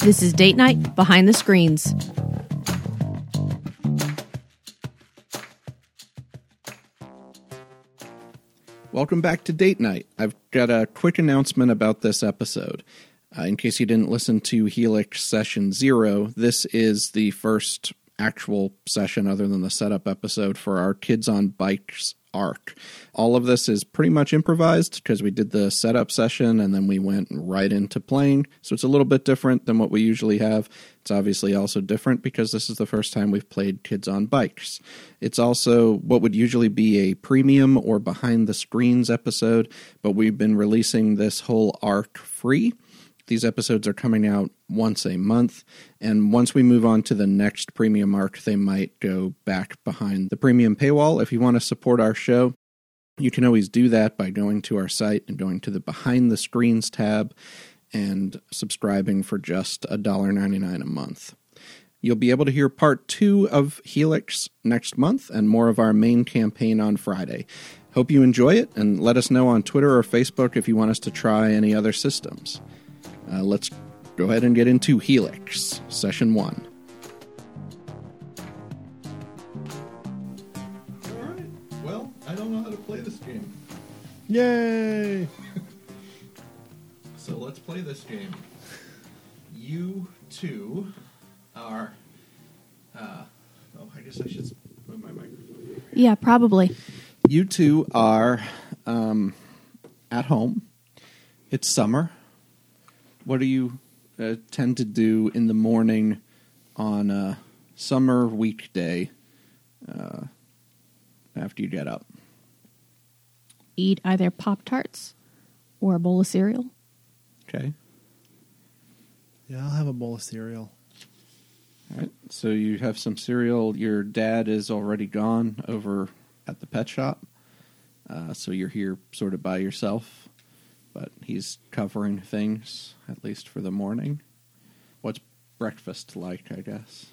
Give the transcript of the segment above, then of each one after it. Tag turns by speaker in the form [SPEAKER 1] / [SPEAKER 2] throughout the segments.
[SPEAKER 1] This is Date Night Behind the Screens.
[SPEAKER 2] Welcome back to Date Night. I've got a quick announcement about this episode. Uh, in case you didn't listen to Helix Session Zero, this is the first actual session other than the setup episode for our Kids on Bikes arc. All of this is pretty much improvised because we did the setup session and then we went right into playing. So it's a little bit different than what we usually have. It's obviously also different because this is the first time we've played Kids on Bikes. It's also what would usually be a premium or behind the screens episode, but we've been releasing this whole arc free. These episodes are coming out once a month, and once we move on to the next premium arc, they might go back behind the premium paywall. If you want to support our show, you can always do that by going to our site and going to the Behind the Screens tab and subscribing for just $1.99 a month. You'll be able to hear part two of Helix next month and more of our main campaign on Friday. Hope you enjoy it and let us know on Twitter or Facebook if you want us to try any other systems. Uh, let's go ahead and get into Helix, session one.
[SPEAKER 3] Alright, well, I don't know how to play this game,
[SPEAKER 4] Yay!
[SPEAKER 3] so let's play this game. You two are. Uh, oh, I guess I should s- move my microphone.
[SPEAKER 1] Yeah, probably.
[SPEAKER 2] You two are um, at home. It's summer. What do you uh, tend to do in the morning on a summer weekday uh, after you get up?
[SPEAKER 1] Eat either Pop Tarts or a bowl of cereal.
[SPEAKER 2] Okay.
[SPEAKER 4] Yeah, I'll have a bowl of cereal.
[SPEAKER 2] All right. So you have some cereal. Your dad is already gone over at the pet shop. Uh, so you're here sort of by yourself. But he's covering things, at least for the morning. What's breakfast like, I guess?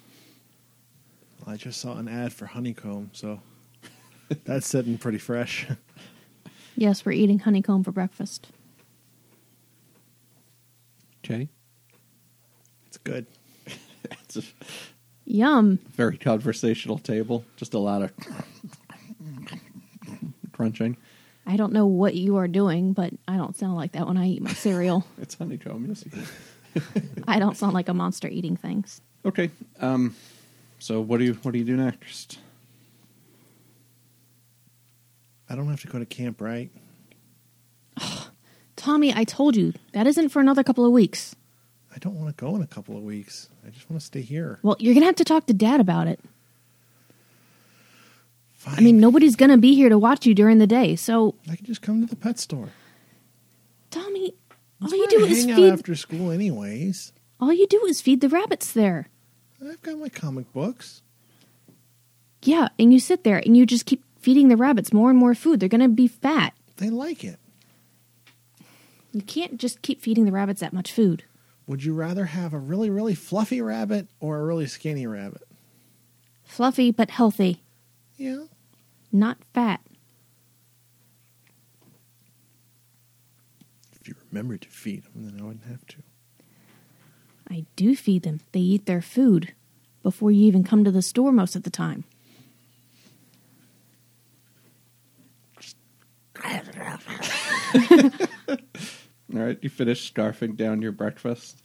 [SPEAKER 4] I just saw an ad for honeycomb, so that's sitting pretty fresh.
[SPEAKER 1] Yes, we're eating honeycomb for breakfast.
[SPEAKER 2] Okay.
[SPEAKER 4] It's good.
[SPEAKER 2] It's a
[SPEAKER 1] Yum.
[SPEAKER 2] very conversational table. Just a lot of crunching.
[SPEAKER 1] I don't know what you are doing, but I don't sound like that when I eat my cereal.
[SPEAKER 2] It's honeycomb, yes.
[SPEAKER 1] I don't sound like a monster eating things.
[SPEAKER 2] Okay. Um, so what do you what do you do next?
[SPEAKER 4] I don't have to go to camp, right?
[SPEAKER 1] Tommy, I told you, that isn't for another couple of weeks.
[SPEAKER 4] I don't want to go in a couple of weeks. I just want to stay here.
[SPEAKER 1] Well, you're going to have to talk to Dad about it.
[SPEAKER 4] Fine.
[SPEAKER 1] I mean, nobody's going to be here to watch you during the day, so
[SPEAKER 4] I can just come to the pet store.
[SPEAKER 1] Tommy, all
[SPEAKER 4] That's
[SPEAKER 1] you
[SPEAKER 4] where
[SPEAKER 1] do
[SPEAKER 4] I
[SPEAKER 1] is
[SPEAKER 4] hang out
[SPEAKER 1] feed
[SPEAKER 4] after school, anyways.
[SPEAKER 1] all you do is feed the rabbits there.
[SPEAKER 4] I've got my comic books.
[SPEAKER 1] Yeah, and you sit there and you just keep feeding the rabbits more and more food. They're going to be fat.
[SPEAKER 4] They like it.
[SPEAKER 1] You can't just keep feeding the rabbits that much food.
[SPEAKER 4] Would you rather have a really, really fluffy rabbit or a really skinny rabbit?
[SPEAKER 1] Fluffy but healthy,
[SPEAKER 4] Yeah.
[SPEAKER 1] not fat.
[SPEAKER 4] If you remember to feed them, then I wouldn't have to.
[SPEAKER 1] I do feed them. They eat their food before you even come to the store most of the time.
[SPEAKER 2] All right, you finished scarfing down your breakfast.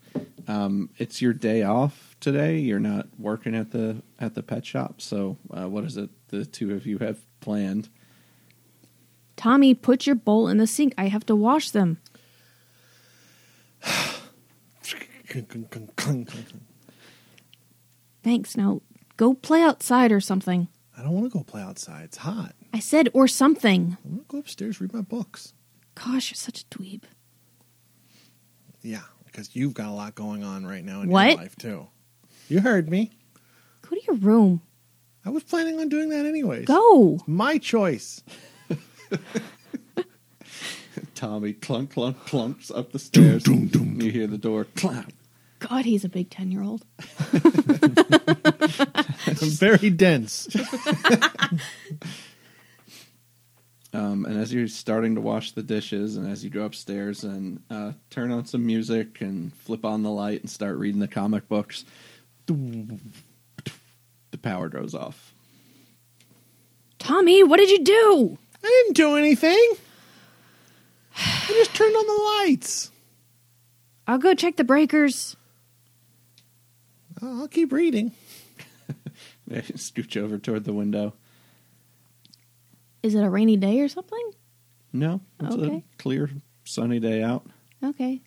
[SPEAKER 2] Um, it's your day off today. You're not working at the at the pet shop. So, uh, what is it the two of you have planned?
[SPEAKER 1] Tommy, put your bowl in the sink. I have to wash them.
[SPEAKER 4] Clunk, clunk, clunk, clunk, clunk, clunk.
[SPEAKER 1] Thanks. Now go play outside or something.
[SPEAKER 4] I don't want to go play outside. It's hot.
[SPEAKER 1] I said or something.
[SPEAKER 4] I'm gonna go upstairs read my books.
[SPEAKER 1] Gosh, you're such a dweeb.
[SPEAKER 4] Yeah, because you've got a lot going on right now in
[SPEAKER 1] What?
[SPEAKER 4] your life too. You heard me.
[SPEAKER 1] Go to your room.
[SPEAKER 4] I was planning on doing that anyways.
[SPEAKER 1] Go.
[SPEAKER 4] My choice.
[SPEAKER 2] Tommy clunk clunk clunks up the stairs.
[SPEAKER 4] Doom, doom, doom.
[SPEAKER 2] You hear the door clunk.
[SPEAKER 1] God, he's a big 10 year old.
[SPEAKER 4] I'm very dense.
[SPEAKER 2] Um, and as you're starting to wash the dishes, and as you go upstairs and uh, turn on some music and flip on the light and start reading the comic books, the power goes off.
[SPEAKER 1] Tommy, what did you do?
[SPEAKER 4] I didn't do anything. I just turned on the lights.
[SPEAKER 1] I'll go check the breakers.
[SPEAKER 4] I'll I'll keep reading.
[SPEAKER 2] They scooch over toward the window.
[SPEAKER 1] Is it a rainy day or something?
[SPEAKER 2] No, it's
[SPEAKER 1] Okay.
[SPEAKER 2] a clear, sunny day out.
[SPEAKER 1] Okay.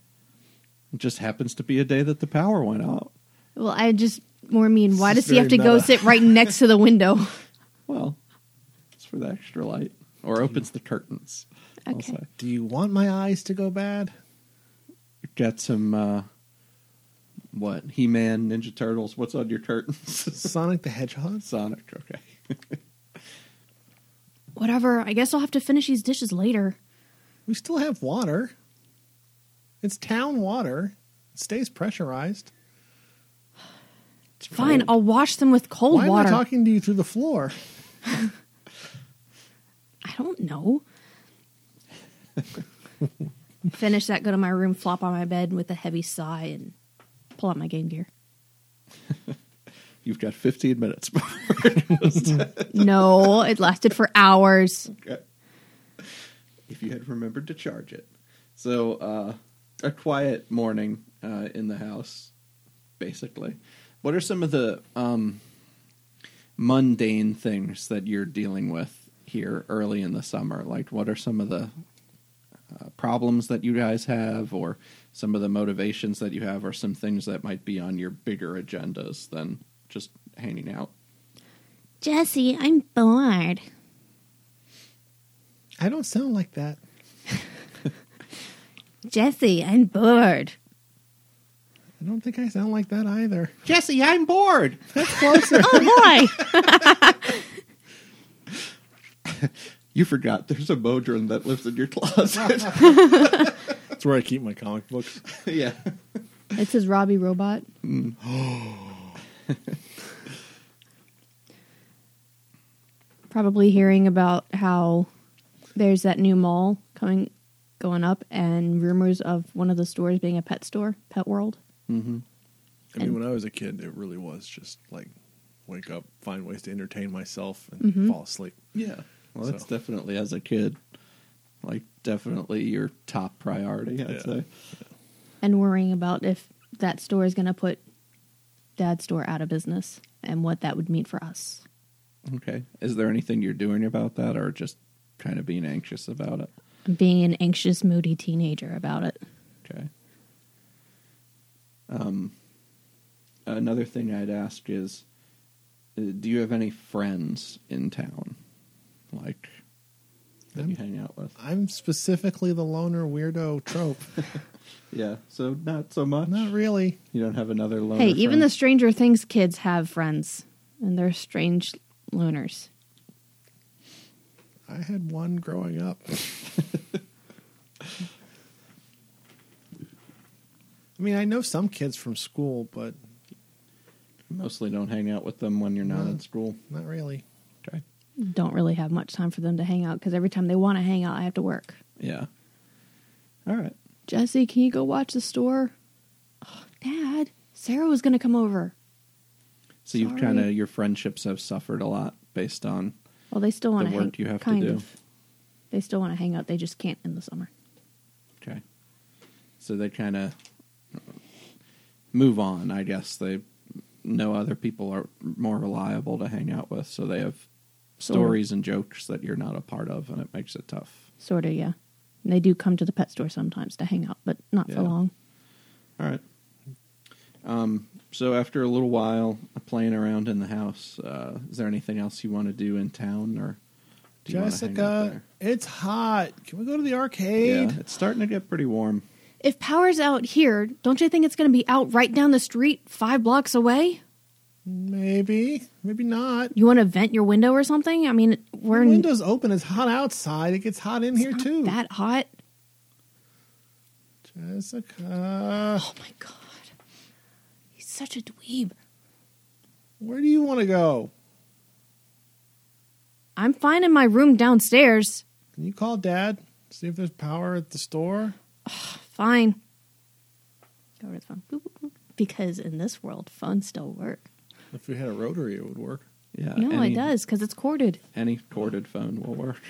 [SPEAKER 2] It just happens to be a day that the power went out.
[SPEAKER 1] Well, I just more mean, why
[SPEAKER 4] This
[SPEAKER 1] does
[SPEAKER 4] is
[SPEAKER 1] he have to
[SPEAKER 4] very
[SPEAKER 1] go
[SPEAKER 4] meta.
[SPEAKER 1] sit right next to the window?
[SPEAKER 2] Well, it's for the extra light, or opens the curtains. I'll
[SPEAKER 1] Okay.
[SPEAKER 2] say.
[SPEAKER 4] Do you want my eyes to go bad?
[SPEAKER 2] Got some uh, what? He Man, Ninja Turtles. What's on your curtains?
[SPEAKER 4] Sonic the Hedgehog?
[SPEAKER 2] Sonic. Okay.
[SPEAKER 1] Whatever. I guess I'll have to finish these dishes later.
[SPEAKER 4] We still have water. It's town water. It stays pressurized.
[SPEAKER 1] Fine, I'll wash them with cold
[SPEAKER 4] Why
[SPEAKER 1] water.
[SPEAKER 4] am I talking to you through the floor?
[SPEAKER 1] I don't know. Finish that, go to my room, flop on my bed with a heavy sigh, and pull out my game gear.
[SPEAKER 2] You've got 15 minutes.
[SPEAKER 1] No, it lasted for hours.
[SPEAKER 2] Okay. If you had remembered to charge it. So, uh, a quiet morning uh, in the house, basically. What are some of the um, mundane things that you're dealing with here early in the summer? Like, what are some of the uh, problems that you guys have, or some of the motivations that you have, or some things that might be on your bigger agendas than just hanging out?
[SPEAKER 1] Jesse, I'm bored.
[SPEAKER 4] I don't sound like that.
[SPEAKER 1] Jesse, I'm bored.
[SPEAKER 4] I don't think I sound like that either.
[SPEAKER 2] Jesse, I'm bored.
[SPEAKER 4] That's closer.
[SPEAKER 1] Oh, Boy!
[SPEAKER 2] You forgot there's a modron that lives in your closet.
[SPEAKER 4] That's where I keep my comic books.
[SPEAKER 2] yeah.
[SPEAKER 1] it says Robbie Robot. Probably hearing about how there's that new mall coming, going up, and rumors of one of the stores being a pet store, Pet World.
[SPEAKER 2] Mm-hmm.
[SPEAKER 4] I mean, when I was a kid, it really was just like wake up, find ways to entertain myself, and fall asleep.
[SPEAKER 2] Yeah. Well, that's
[SPEAKER 4] So.
[SPEAKER 2] definitely as a kid, like definitely your top priority, I'd
[SPEAKER 4] Yeah.
[SPEAKER 2] say.
[SPEAKER 1] and worrying about if that store is going to put dad's store out of business and what that would mean for us.
[SPEAKER 2] Okay. Is there anything you're doing about that or just kind of being anxious about it?
[SPEAKER 1] I'm being an anxious, moody teenager about it.
[SPEAKER 2] Okay. Um, another thing I'd ask is uh, do you have any friends in town? Like, that you hang out with?
[SPEAKER 4] I'm specifically the loner weirdo trope.
[SPEAKER 2] Yeah. So, not so much.
[SPEAKER 4] Not really.
[SPEAKER 2] You don't have another loner.
[SPEAKER 1] hey, even
[SPEAKER 2] friend?
[SPEAKER 1] the Stranger Things kids have friends, and they're strange loners.
[SPEAKER 4] I had one growing up. I mean, I know some kids from school, but
[SPEAKER 2] mostly don't hang out with them when you're not in school.
[SPEAKER 4] not really.
[SPEAKER 2] Okay.
[SPEAKER 1] Don't really have much time for them to hang out because every time they want to hang out, I have to work.
[SPEAKER 2] Yeah. All right.
[SPEAKER 1] Jesse, can you go watch the store? Oh, Dad, Sarah was going to come over.
[SPEAKER 2] So you've
[SPEAKER 1] Sorry.
[SPEAKER 2] kind of your friendships have suffered a lot based on
[SPEAKER 1] Well, they still want
[SPEAKER 2] The
[SPEAKER 1] to
[SPEAKER 2] work
[SPEAKER 1] hang.
[SPEAKER 2] you have to
[SPEAKER 1] kind
[SPEAKER 2] do.
[SPEAKER 1] of. They still want to hang out. They just can't in the summer.
[SPEAKER 2] okay. So they kind of move on, I guess. They know other people are more reliable to hang out with, so they have
[SPEAKER 1] Sort of.
[SPEAKER 2] stories and jokes that you're not a part of and it makes it tough.
[SPEAKER 1] Sort of, yeah. And they do come to the pet store sometimes to hang out, but not
[SPEAKER 2] Yeah.
[SPEAKER 1] for long.
[SPEAKER 2] All right. Um, so after a little while of playing around in the house, uh, is there anything else you want to do in town, or do you wanna hang out
[SPEAKER 4] Jessica,
[SPEAKER 2] there?
[SPEAKER 4] it's hot. Can we go to the arcade?
[SPEAKER 2] Yeah, it's starting to get pretty warm.
[SPEAKER 1] If power's out here, don't you think it's going to be out right down the street, five blocks away?
[SPEAKER 4] Maybe, maybe not.
[SPEAKER 1] You want to vent your window or something? I mean, we're
[SPEAKER 4] The
[SPEAKER 1] in
[SPEAKER 4] windows open. It's hot outside. It gets hot in here too.
[SPEAKER 1] that hot.
[SPEAKER 4] Jessica,
[SPEAKER 1] Oh my god, he's such a dweeb.
[SPEAKER 4] where do you want to go?
[SPEAKER 1] I'm fine in my room downstairs.
[SPEAKER 4] Can you call dad? See if there's power at the store?
[SPEAKER 1] Fine. Go over to the phone. Boop, boop, boop. Because in this world, phones still work.
[SPEAKER 4] If we had a rotary, it would work.
[SPEAKER 2] Yeah.
[SPEAKER 1] no,
[SPEAKER 2] Uh, any,
[SPEAKER 1] it does because it's corded.
[SPEAKER 2] Any corded phone will work.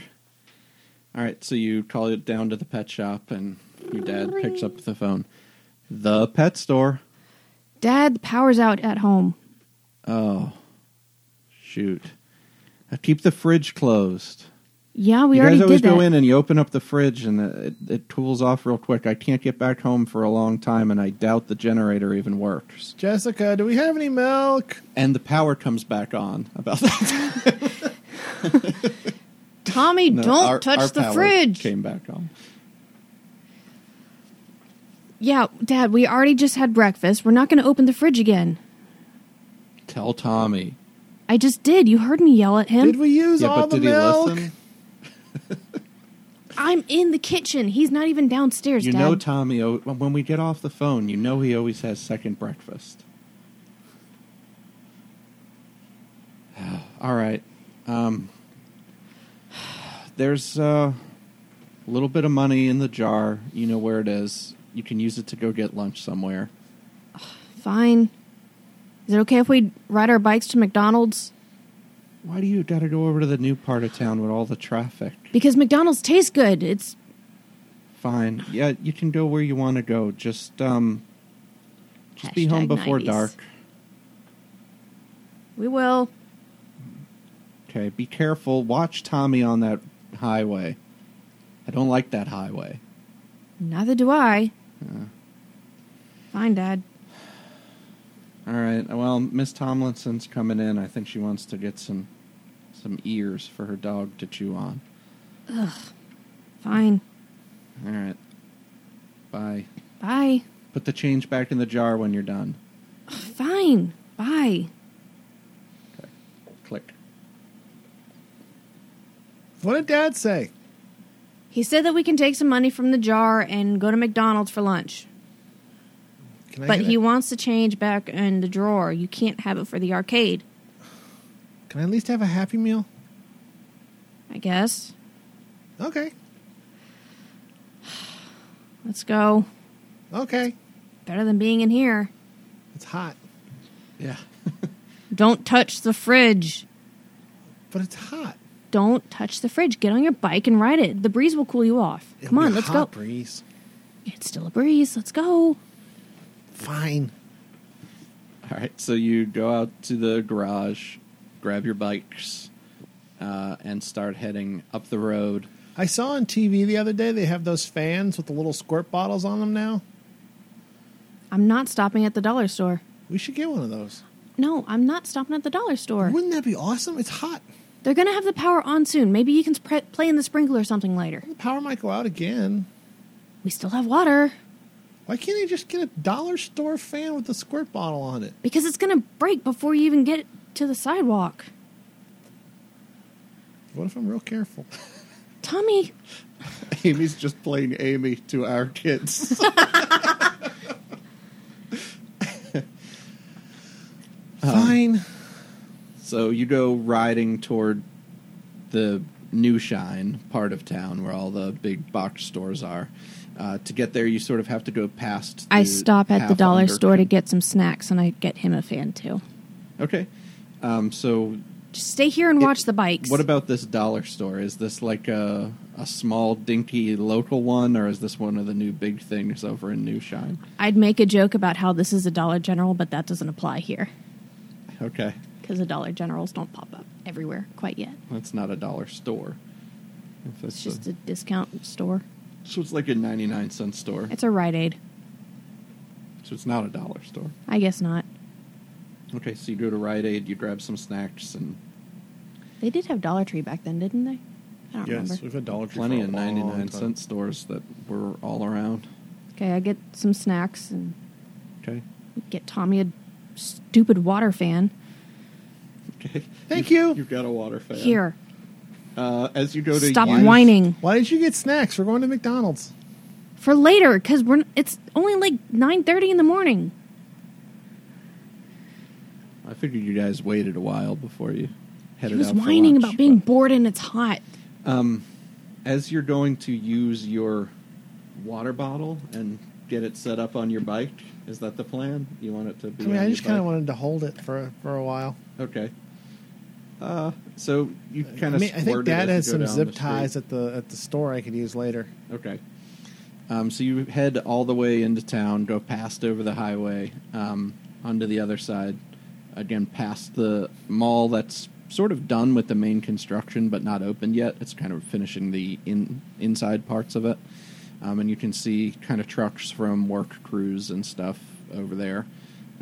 [SPEAKER 2] All right, so you call it down to the pet shop, and your dad picks up the phone. The pet store.
[SPEAKER 1] Dad, the power's out at home.
[SPEAKER 2] Oh, shoot! I keep the fridge closed.
[SPEAKER 1] Yeah, we
[SPEAKER 2] you
[SPEAKER 1] already
[SPEAKER 2] guys always
[SPEAKER 1] did that.
[SPEAKER 2] go in and you open up the fridge and it, it cools off real quick. I can't get back home for a long time, and I doubt the generator even works.
[SPEAKER 4] Jessica, do we have any milk?
[SPEAKER 2] And the power comes back on about that.
[SPEAKER 1] Tommy,
[SPEAKER 2] No,
[SPEAKER 1] don't
[SPEAKER 2] our-
[SPEAKER 1] touch
[SPEAKER 2] our
[SPEAKER 1] the
[SPEAKER 2] power
[SPEAKER 1] fridge.
[SPEAKER 2] Came back on.
[SPEAKER 1] Yeah, Dad, we already just had breakfast. We're not going to open the fridge again.
[SPEAKER 2] Tell Tommy.
[SPEAKER 1] I just did. You heard me yell at him.
[SPEAKER 4] Did we use
[SPEAKER 2] Yeah,
[SPEAKER 4] all
[SPEAKER 2] but
[SPEAKER 4] the
[SPEAKER 2] did
[SPEAKER 4] milk?
[SPEAKER 2] he listen?
[SPEAKER 1] I'm in the kitchen. He's not even downstairs,
[SPEAKER 2] You
[SPEAKER 1] Dad.
[SPEAKER 2] know Tommy. o- When we get off the phone, you know he always has second breakfast. All right. Um, there's uh, a little bit of money in the jar. You know where it is. You can use it to go get lunch somewhere.
[SPEAKER 1] Fine. Is it okay if we ride our bikes to McDonald's?
[SPEAKER 2] Why do you got to go over to the new part of town with all the traffic?
[SPEAKER 1] Because McDonald's tastes good. It's
[SPEAKER 2] Fine. Yeah, you can go where you want to go. Just um, just be home
[SPEAKER 1] Hashtag
[SPEAKER 2] before
[SPEAKER 1] 90s.
[SPEAKER 2] dark.
[SPEAKER 1] we will.
[SPEAKER 2] Okay, be careful. Watch Tommy on that highway. I don't like that highway.
[SPEAKER 1] Neither do I. Fine, Dad.
[SPEAKER 2] All right. Well, Miss Tomlinson's coming in. I think she wants to get some some ears for her dog to chew on.
[SPEAKER 1] Fine.
[SPEAKER 2] All right. Bye.
[SPEAKER 1] Bye.
[SPEAKER 2] Put the change back in the jar when you're done.
[SPEAKER 1] Fine. Bye.
[SPEAKER 2] Okay. Click.
[SPEAKER 4] What did dad say?
[SPEAKER 1] He said that we can take some money from the jar and go to McDonald's for lunch.
[SPEAKER 4] Can I
[SPEAKER 1] But
[SPEAKER 4] get
[SPEAKER 1] he
[SPEAKER 4] a-
[SPEAKER 1] wants the change back in the drawer. You can't have it for the arcade,
[SPEAKER 4] Can I at least have a happy meal?
[SPEAKER 1] I guess.
[SPEAKER 4] Okay.
[SPEAKER 1] Let's go.
[SPEAKER 4] Okay.
[SPEAKER 1] Better than being in here.
[SPEAKER 4] It's hot.
[SPEAKER 2] Yeah.
[SPEAKER 1] Don't touch the fridge.
[SPEAKER 4] But it's hot.
[SPEAKER 1] Don't touch the fridge. Get on your bike and ride it. The breeze will cool you off.
[SPEAKER 4] It'll
[SPEAKER 1] Come
[SPEAKER 4] be
[SPEAKER 1] on,
[SPEAKER 4] a
[SPEAKER 1] let's go.
[SPEAKER 4] hot Breeze.
[SPEAKER 1] It's still a breeze. Let's go.
[SPEAKER 4] Fine.
[SPEAKER 2] All right. So you go out to the garage, grab your bikes, uh, and start heading up the road.
[SPEAKER 4] I saw on TV the other day they have those fans with the little squirt bottles on them now.
[SPEAKER 1] I'm not stopping at the dollar store.
[SPEAKER 4] We should get one of those.
[SPEAKER 1] No, I'm not stopping at the dollar store.
[SPEAKER 4] Wouldn't that be awesome? It's hot.
[SPEAKER 1] They're going to have the power on soon. Maybe you can spray play in the sprinkler or something later.
[SPEAKER 4] The power might go out again.
[SPEAKER 1] We still have water
[SPEAKER 4] Why can't they just get a dollar store fan with a squirt bottle on it?
[SPEAKER 1] because it's going to break before you even get to the sidewalk.
[SPEAKER 4] What if I'm real careful?
[SPEAKER 1] Tommy,
[SPEAKER 2] Amy's just playing Amy to our kids.
[SPEAKER 4] Fine.
[SPEAKER 2] So you go riding toward the New Shine part of town where all the big box stores are. Uh, to get there, you sort of have to go past.
[SPEAKER 1] I
[SPEAKER 2] the
[SPEAKER 1] stop at the
[SPEAKER 2] half
[SPEAKER 1] dollar
[SPEAKER 2] under-
[SPEAKER 1] store to get some snacks and I get him a fan too.
[SPEAKER 2] Okay. Um, so,
[SPEAKER 1] Just stay here and
[SPEAKER 2] It-
[SPEAKER 1] watch the bikes.
[SPEAKER 2] what about this dollar store? Is this like a a small, dinky local one, or is this one of the new big things over in New Shine?
[SPEAKER 1] I'd make a joke about how this is a Dollar General, but that doesn't apply here
[SPEAKER 2] Okay,
[SPEAKER 1] because the Dollar Generals don't pop up everywhere quite yet.
[SPEAKER 2] that's not a dollar store. If that's
[SPEAKER 1] It's just
[SPEAKER 2] a-
[SPEAKER 1] a discount store.
[SPEAKER 2] so it's like a ninety nine cent store.
[SPEAKER 1] It's a Rite Aid.
[SPEAKER 2] so it's not a dollar store.
[SPEAKER 1] I guess not.
[SPEAKER 2] Okay, so you go to Rite Aid, you grab some snacks and
[SPEAKER 1] They did have Dollar Tree back then, didn't they? I don't
[SPEAKER 4] Yes,
[SPEAKER 1] remember.
[SPEAKER 4] we've had Dollar Tree
[SPEAKER 2] plenty
[SPEAKER 4] for a
[SPEAKER 2] of
[SPEAKER 4] long
[SPEAKER 2] 99
[SPEAKER 4] time.
[SPEAKER 2] cent stores that were all around.
[SPEAKER 1] Okay, I get some snacks and
[SPEAKER 2] Okay.
[SPEAKER 1] get Tommy a stupid water fan.
[SPEAKER 2] Okay.
[SPEAKER 4] Thank
[SPEAKER 2] You've-
[SPEAKER 4] you.
[SPEAKER 2] You've got a water fan.
[SPEAKER 1] Here,
[SPEAKER 2] Uh, as you go to
[SPEAKER 1] stop
[SPEAKER 2] use-
[SPEAKER 1] whining
[SPEAKER 4] Why did you get snacks? We're going to McDonald's.
[SPEAKER 1] for later because we're. It's only like nine thirty in the morning.
[SPEAKER 2] I figured you guys waited a while before you headed
[SPEAKER 1] He was
[SPEAKER 2] out for
[SPEAKER 1] whining
[SPEAKER 2] lunch,
[SPEAKER 1] about being
[SPEAKER 2] but-
[SPEAKER 1] bored and it's hot.
[SPEAKER 2] as you're going to use your water bottle and get it set up on your bike, is that the plan? You want it to be?
[SPEAKER 5] I mean,
[SPEAKER 2] on
[SPEAKER 5] I
[SPEAKER 2] your
[SPEAKER 5] just kind of
[SPEAKER 2] bike?
[SPEAKER 5] wanted to hold it for for a while.
[SPEAKER 2] Okay. Uh, so you kind
[SPEAKER 5] I
[SPEAKER 2] of.
[SPEAKER 5] mean, I think Dad has some zip ties
[SPEAKER 2] At-
[SPEAKER 5] at the at the store I could use later.
[SPEAKER 2] okay. Um, so you head all the way into town, go past over the highway, um, onto the other side, again past the mall that's sort of done with the main construction but not opened yet. It's kind of finishing the in inside parts of it, um, and you can see kind of trucks from work crews and stuff over there.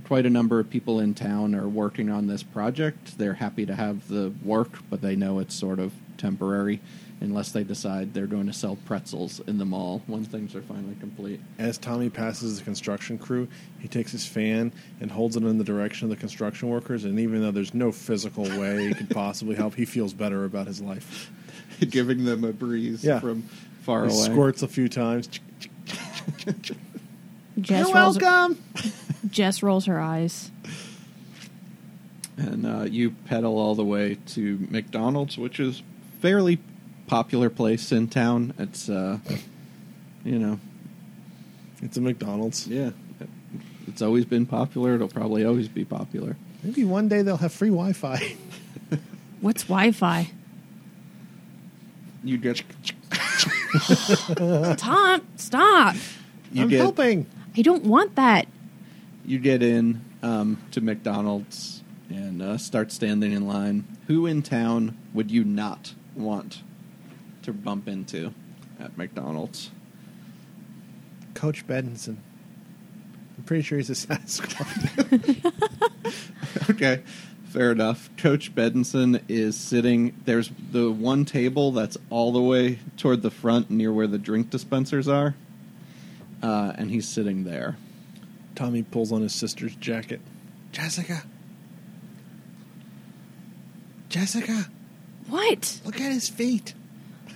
[SPEAKER 2] Quite a number of people in town are working on this project. They're happy to have the work, but they know it's sort of temporary unless they decide they're going to sell pretzels in the mall when things are finally complete.
[SPEAKER 4] As Tommy passes the construction crew, he takes his fan and holds it in the direction of the construction workers. And even though there's no physical way he could possibly help, he feels better about his life.
[SPEAKER 2] Giving them a breeze
[SPEAKER 4] Yeah.
[SPEAKER 2] from far
[SPEAKER 4] He
[SPEAKER 2] away.
[SPEAKER 4] squirts a few times.
[SPEAKER 1] Jess
[SPEAKER 5] You're
[SPEAKER 1] rolls,
[SPEAKER 5] welcome.
[SPEAKER 1] Jess rolls her eyes.
[SPEAKER 2] and uh, you pedal all the way to McDonald's, which is fairly popular place in town. It's uh, you know,
[SPEAKER 4] It's a McDonald's.
[SPEAKER 2] yeah, it's always been popular. It'll probably always be popular.
[SPEAKER 5] Maybe one day they'll have free Wi-Fi.
[SPEAKER 1] What's Wi-Fi?
[SPEAKER 2] You get
[SPEAKER 1] Tom, stop!
[SPEAKER 2] you
[SPEAKER 5] I'm
[SPEAKER 2] get
[SPEAKER 5] helping.
[SPEAKER 1] I don't want that.
[SPEAKER 2] you get in um, to McDonald's and uh, start standing in line. Who in town would you not want to bump into at McDonald's?
[SPEAKER 5] Coach Benson. I'm pretty sure he's a Sasquatch.
[SPEAKER 2] okay, fair enough. Coach Bedenson is sitting. There's the one table that's all the way toward the front, near where the drink dispensers are, uh, and he's sitting there.
[SPEAKER 4] Tommy pulls on his sister's jacket. Jessica. Jessica,
[SPEAKER 1] What?
[SPEAKER 4] look at his feet.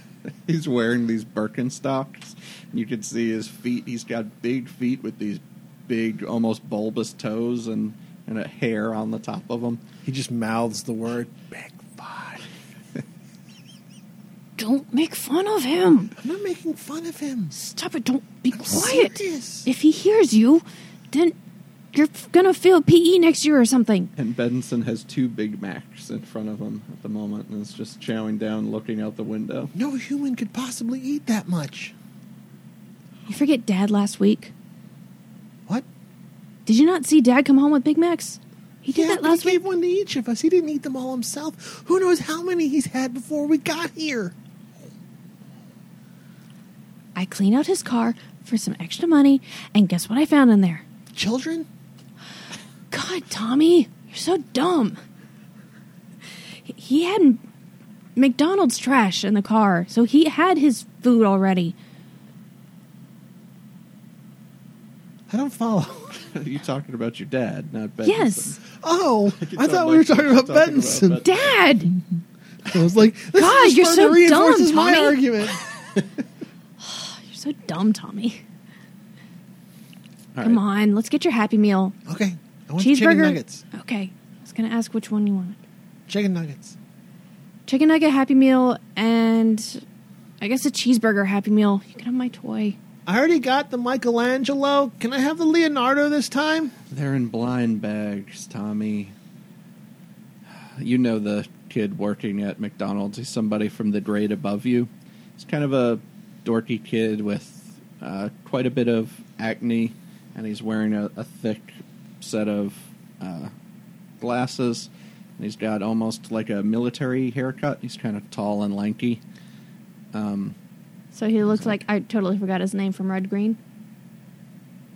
[SPEAKER 2] He's wearing these Birkenstocks. You can see his feet. He's got big feet with these big, almost bulbous toes and and a hair on the top of them.
[SPEAKER 4] He just mouths the word big five.
[SPEAKER 1] Don't make fun of him.
[SPEAKER 4] I'm not making fun of him.
[SPEAKER 1] Stop it. Don't be quiet.
[SPEAKER 4] Serious.
[SPEAKER 1] If he hears you, then you're f- gonna fail PE next year or something.
[SPEAKER 2] And Bedenson has two Big Macs in front of him at the moment, and is just chowing down, looking out the window.
[SPEAKER 4] No human could possibly eat that much.
[SPEAKER 1] You forget Dad last week.
[SPEAKER 4] What?
[SPEAKER 1] Did you not see Dad come home with Big Macs? He did that
[SPEAKER 4] but
[SPEAKER 1] last
[SPEAKER 4] he
[SPEAKER 1] week.
[SPEAKER 4] gave one to each of us. He didn't eat them all himself. Who knows how many he's had before we got here?
[SPEAKER 1] I cleaned out his car for some extra money, and guess what I found in there?
[SPEAKER 4] Children?
[SPEAKER 1] God, Tommy, you're so dumb. He- He had McDonald's trash in the car, so he had his food already.
[SPEAKER 5] I don't follow.
[SPEAKER 2] Are you talking about your dad, not Bedenson?
[SPEAKER 1] Yes,
[SPEAKER 5] Oh,
[SPEAKER 2] can
[SPEAKER 5] I
[SPEAKER 2] tell
[SPEAKER 5] thought
[SPEAKER 2] by
[SPEAKER 5] we were
[SPEAKER 2] what
[SPEAKER 5] talking
[SPEAKER 2] you're
[SPEAKER 5] about
[SPEAKER 2] talking about,
[SPEAKER 5] Benson.
[SPEAKER 2] but-
[SPEAKER 1] Dad.
[SPEAKER 5] I was like, this
[SPEAKER 1] God,
[SPEAKER 5] is
[SPEAKER 1] you're
[SPEAKER 5] further
[SPEAKER 1] so dumb,
[SPEAKER 5] reinforces my
[SPEAKER 1] Tommy.
[SPEAKER 5] argument.
[SPEAKER 1] You're so dumb, Tommy.
[SPEAKER 2] All
[SPEAKER 1] Come
[SPEAKER 2] right.
[SPEAKER 1] on, let's get your Happy Meal.
[SPEAKER 5] Okay, I want chicken
[SPEAKER 1] Cheeseburger.
[SPEAKER 5] nuggets.
[SPEAKER 1] Okay, I was gonna ask which one you wanted.
[SPEAKER 5] Chicken nuggets.
[SPEAKER 1] Chicken nugget Happy Meal and I guess a cheeseburger Happy Meal. You can have my toy.
[SPEAKER 5] I already got the Michelangelo. Can I have the Leonardo this time?
[SPEAKER 2] They're in blind bags, Tommy. You know the kid working at McDonald's. He's somebody from the grade above you. He's kind of a dorky kid with uh, quite a bit of acne, and he's wearing a, a thick set of uh, glasses. And he's got almost like a military haircut. He's kind of tall and lanky. Um,
[SPEAKER 1] So he looks like I totally forgot his name from Red Green.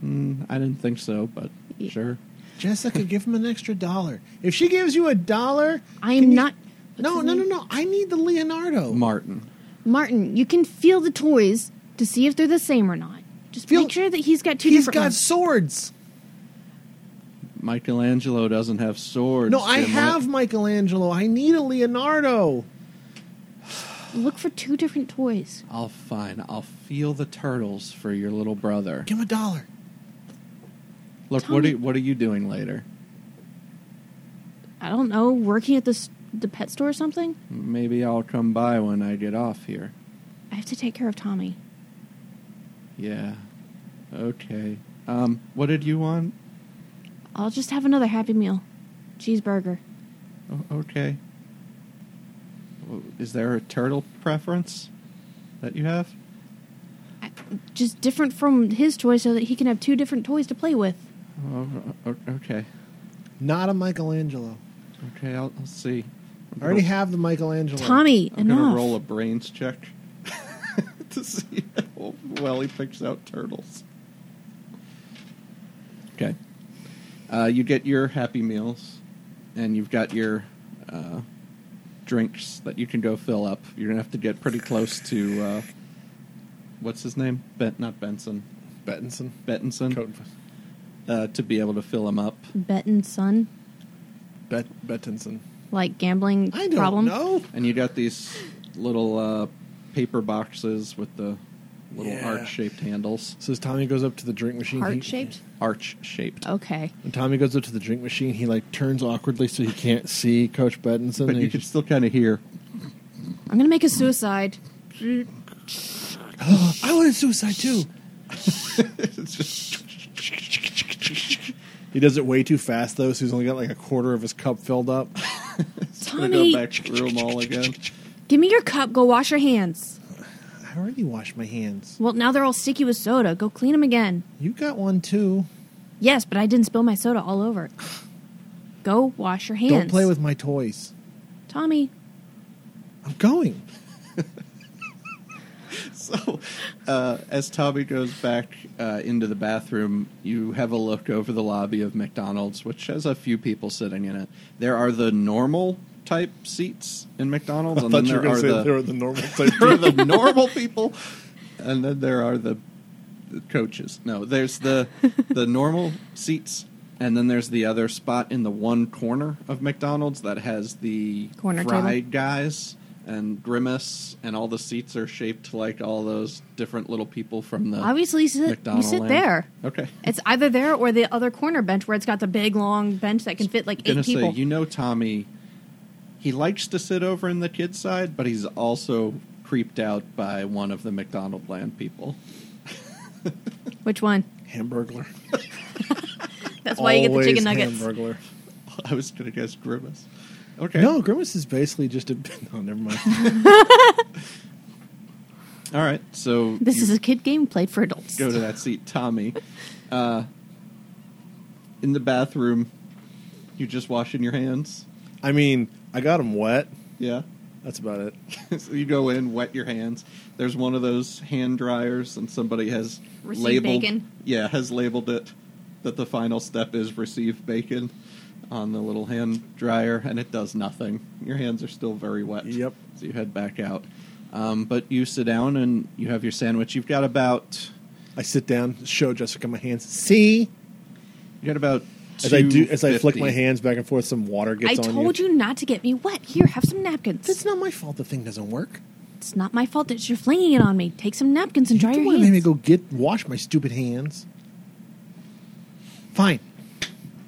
[SPEAKER 2] mm, I didn't think so, but
[SPEAKER 1] Yeah.
[SPEAKER 2] sure.
[SPEAKER 5] Jessica, give him an extra dollar. If she gives you a dollar,
[SPEAKER 1] I
[SPEAKER 5] can
[SPEAKER 1] am
[SPEAKER 5] you-
[SPEAKER 1] not.
[SPEAKER 5] No,
[SPEAKER 1] his
[SPEAKER 5] no, no,
[SPEAKER 1] name?
[SPEAKER 5] no. I need the Leonardo.
[SPEAKER 2] Martin.
[SPEAKER 1] Martin, you can feel the toys to see if they're the same or not. Just
[SPEAKER 5] Feel-
[SPEAKER 1] make sure that he's got 2
[SPEAKER 5] He's
[SPEAKER 1] different
[SPEAKER 5] got
[SPEAKER 1] ones.
[SPEAKER 5] swords.
[SPEAKER 2] Michelangelo doesn't have swords.
[SPEAKER 5] No, I
[SPEAKER 2] Dimwit.
[SPEAKER 5] have Michelangelo. I need a Leonardo.
[SPEAKER 1] Look for two different toys.
[SPEAKER 2] I'll fine. I'll feel the turtles for your little brother.
[SPEAKER 5] Give him a dollar.
[SPEAKER 2] Look,
[SPEAKER 1] Tell
[SPEAKER 2] what
[SPEAKER 1] me-
[SPEAKER 2] are, what are you doing later?
[SPEAKER 1] I don't know, working at the s the pet store or something.
[SPEAKER 2] Maybe I'll come by when I get off here.
[SPEAKER 1] I have to take care of Tommy.
[SPEAKER 2] Yeah. Okay. Um, what did you want?
[SPEAKER 1] I'll just have another Happy Meal. Cheeseburger.
[SPEAKER 2] O- okay. W- Is there a turtle preference that you have?
[SPEAKER 1] I- Just different from his toy so that he can have two different toys to play with.
[SPEAKER 2] Oh, o- o- okay.
[SPEAKER 5] Not a Michelangelo.
[SPEAKER 2] Okay, I'll, I'll see. I'm
[SPEAKER 5] I already
[SPEAKER 2] gonna-
[SPEAKER 5] have the Michelangelo.
[SPEAKER 1] Tommy,
[SPEAKER 2] I'm
[SPEAKER 1] enough.
[SPEAKER 2] gonna roll a brains check to see how well he picks out turtles. Okay. Uh, you get your happy meals, and you've got your uh, drinks that you can go fill up. You're gonna have to get pretty close to uh, what's his name? Ben, not Benson.
[SPEAKER 4] Bettinson.
[SPEAKER 2] Bettinson.
[SPEAKER 4] Code.
[SPEAKER 2] Uh, to be able to fill him up.
[SPEAKER 1] Betting son?
[SPEAKER 4] Bet Bettinson.
[SPEAKER 1] Like gambling
[SPEAKER 5] I don't
[SPEAKER 1] problem?
[SPEAKER 5] know.
[SPEAKER 2] And you got these little uh, paper boxes with the little
[SPEAKER 4] Yeah.
[SPEAKER 2] arch-shaped handles.
[SPEAKER 4] So as Tommy goes up to the drink machine, he-
[SPEAKER 1] Heart shaped?
[SPEAKER 2] Arch-shaped.
[SPEAKER 1] Okay.
[SPEAKER 4] When Tommy goes up to the drink machine, he like turns awkwardly so he can't see Coach Bettinson.
[SPEAKER 2] But
[SPEAKER 4] and
[SPEAKER 2] you
[SPEAKER 4] he
[SPEAKER 2] can still kind of hear.
[SPEAKER 1] I'm gonna make a suicide.
[SPEAKER 4] just- I wanted suicide too. he does it way too fast though, so he's only got like a quarter of his cup filled up.
[SPEAKER 2] Gonna go
[SPEAKER 1] Tommy,
[SPEAKER 2] back through them all again.
[SPEAKER 1] give me your cup. Go wash your hands.
[SPEAKER 5] I already washed my hands.
[SPEAKER 1] Well, now they're all sticky with soda. Go clean them again.
[SPEAKER 5] You got one too.
[SPEAKER 1] Yes, but I didn't spill my soda all over. it. Go wash your hands.
[SPEAKER 5] Don't play with my toys.
[SPEAKER 1] Tommy.
[SPEAKER 5] I'm going.
[SPEAKER 2] So, uh, as Tommy goes back uh, into the bathroom, you have a look over the lobby of McDonald's, which has a few people sitting in it. There are the normal type seats in McDonald's,
[SPEAKER 4] I
[SPEAKER 2] and
[SPEAKER 4] thought
[SPEAKER 2] then
[SPEAKER 4] you
[SPEAKER 2] there are
[SPEAKER 4] were going to say
[SPEAKER 2] the
[SPEAKER 4] they were the normal type.
[SPEAKER 2] there are the normal people, and then there are the the coaches. No, there's the the normal seats, and then there's the other spot in the one corner of McDonald's that has the
[SPEAKER 1] Corner table.
[SPEAKER 2] fried guys and grimace, and all the seats are shaped like all those different little people from the
[SPEAKER 1] Obviously, you sit, you
[SPEAKER 2] McDonald
[SPEAKER 1] sit
[SPEAKER 2] land.
[SPEAKER 1] there.
[SPEAKER 2] Okay.
[SPEAKER 1] It's either there or the other corner bench where it's got the big long bench that can fit like
[SPEAKER 2] gonna
[SPEAKER 1] eight
[SPEAKER 2] say,
[SPEAKER 1] people.
[SPEAKER 2] you know, Tommy, he likes to sit over in the kids' side, but he's also creeped out by one of the McDonald land people.
[SPEAKER 1] Which one?
[SPEAKER 4] Hamburglar.
[SPEAKER 1] That's why you get the chicken nuggets.
[SPEAKER 4] Hamburglar.
[SPEAKER 2] I was gonna guess grimace. Okay.
[SPEAKER 4] No, Grimace is basically just a. No, never mind.
[SPEAKER 2] All right. So
[SPEAKER 1] This
[SPEAKER 2] you
[SPEAKER 1] is a kid game played for adults.
[SPEAKER 2] go to that seat, Tommy. Uh, in the bathroom, you just washing your hands.
[SPEAKER 4] I mean, I got him wet.
[SPEAKER 2] Yeah.
[SPEAKER 4] That's about it.
[SPEAKER 2] so you go in, wet your hands. There's one of those hand dryers, and somebody has
[SPEAKER 1] Receive
[SPEAKER 2] labeled.
[SPEAKER 1] bacon.
[SPEAKER 2] Yeah, has labeled it that the final step is receive bacon on the little hand dryer, and it does nothing. Your hands are still very wet.
[SPEAKER 4] Yep.
[SPEAKER 2] So you head back out, um, but you sit down and you have your sandwich. You've got about
[SPEAKER 4] I sit down, show Jessica my hands. See,
[SPEAKER 2] you got about.
[SPEAKER 4] as I do, as I flick
[SPEAKER 2] 250.
[SPEAKER 4] my hands back and forth, some water
[SPEAKER 1] I
[SPEAKER 4] gets on
[SPEAKER 1] told you. not to get me wet. Here, have some napkins.
[SPEAKER 5] It's not my fault the thing doesn't work.
[SPEAKER 1] It's not my fault that you're flinging it on me. Take some napkins and dry
[SPEAKER 5] you
[SPEAKER 1] your
[SPEAKER 5] want
[SPEAKER 1] hands.
[SPEAKER 5] to make me go get wash my stupid hands? Fine.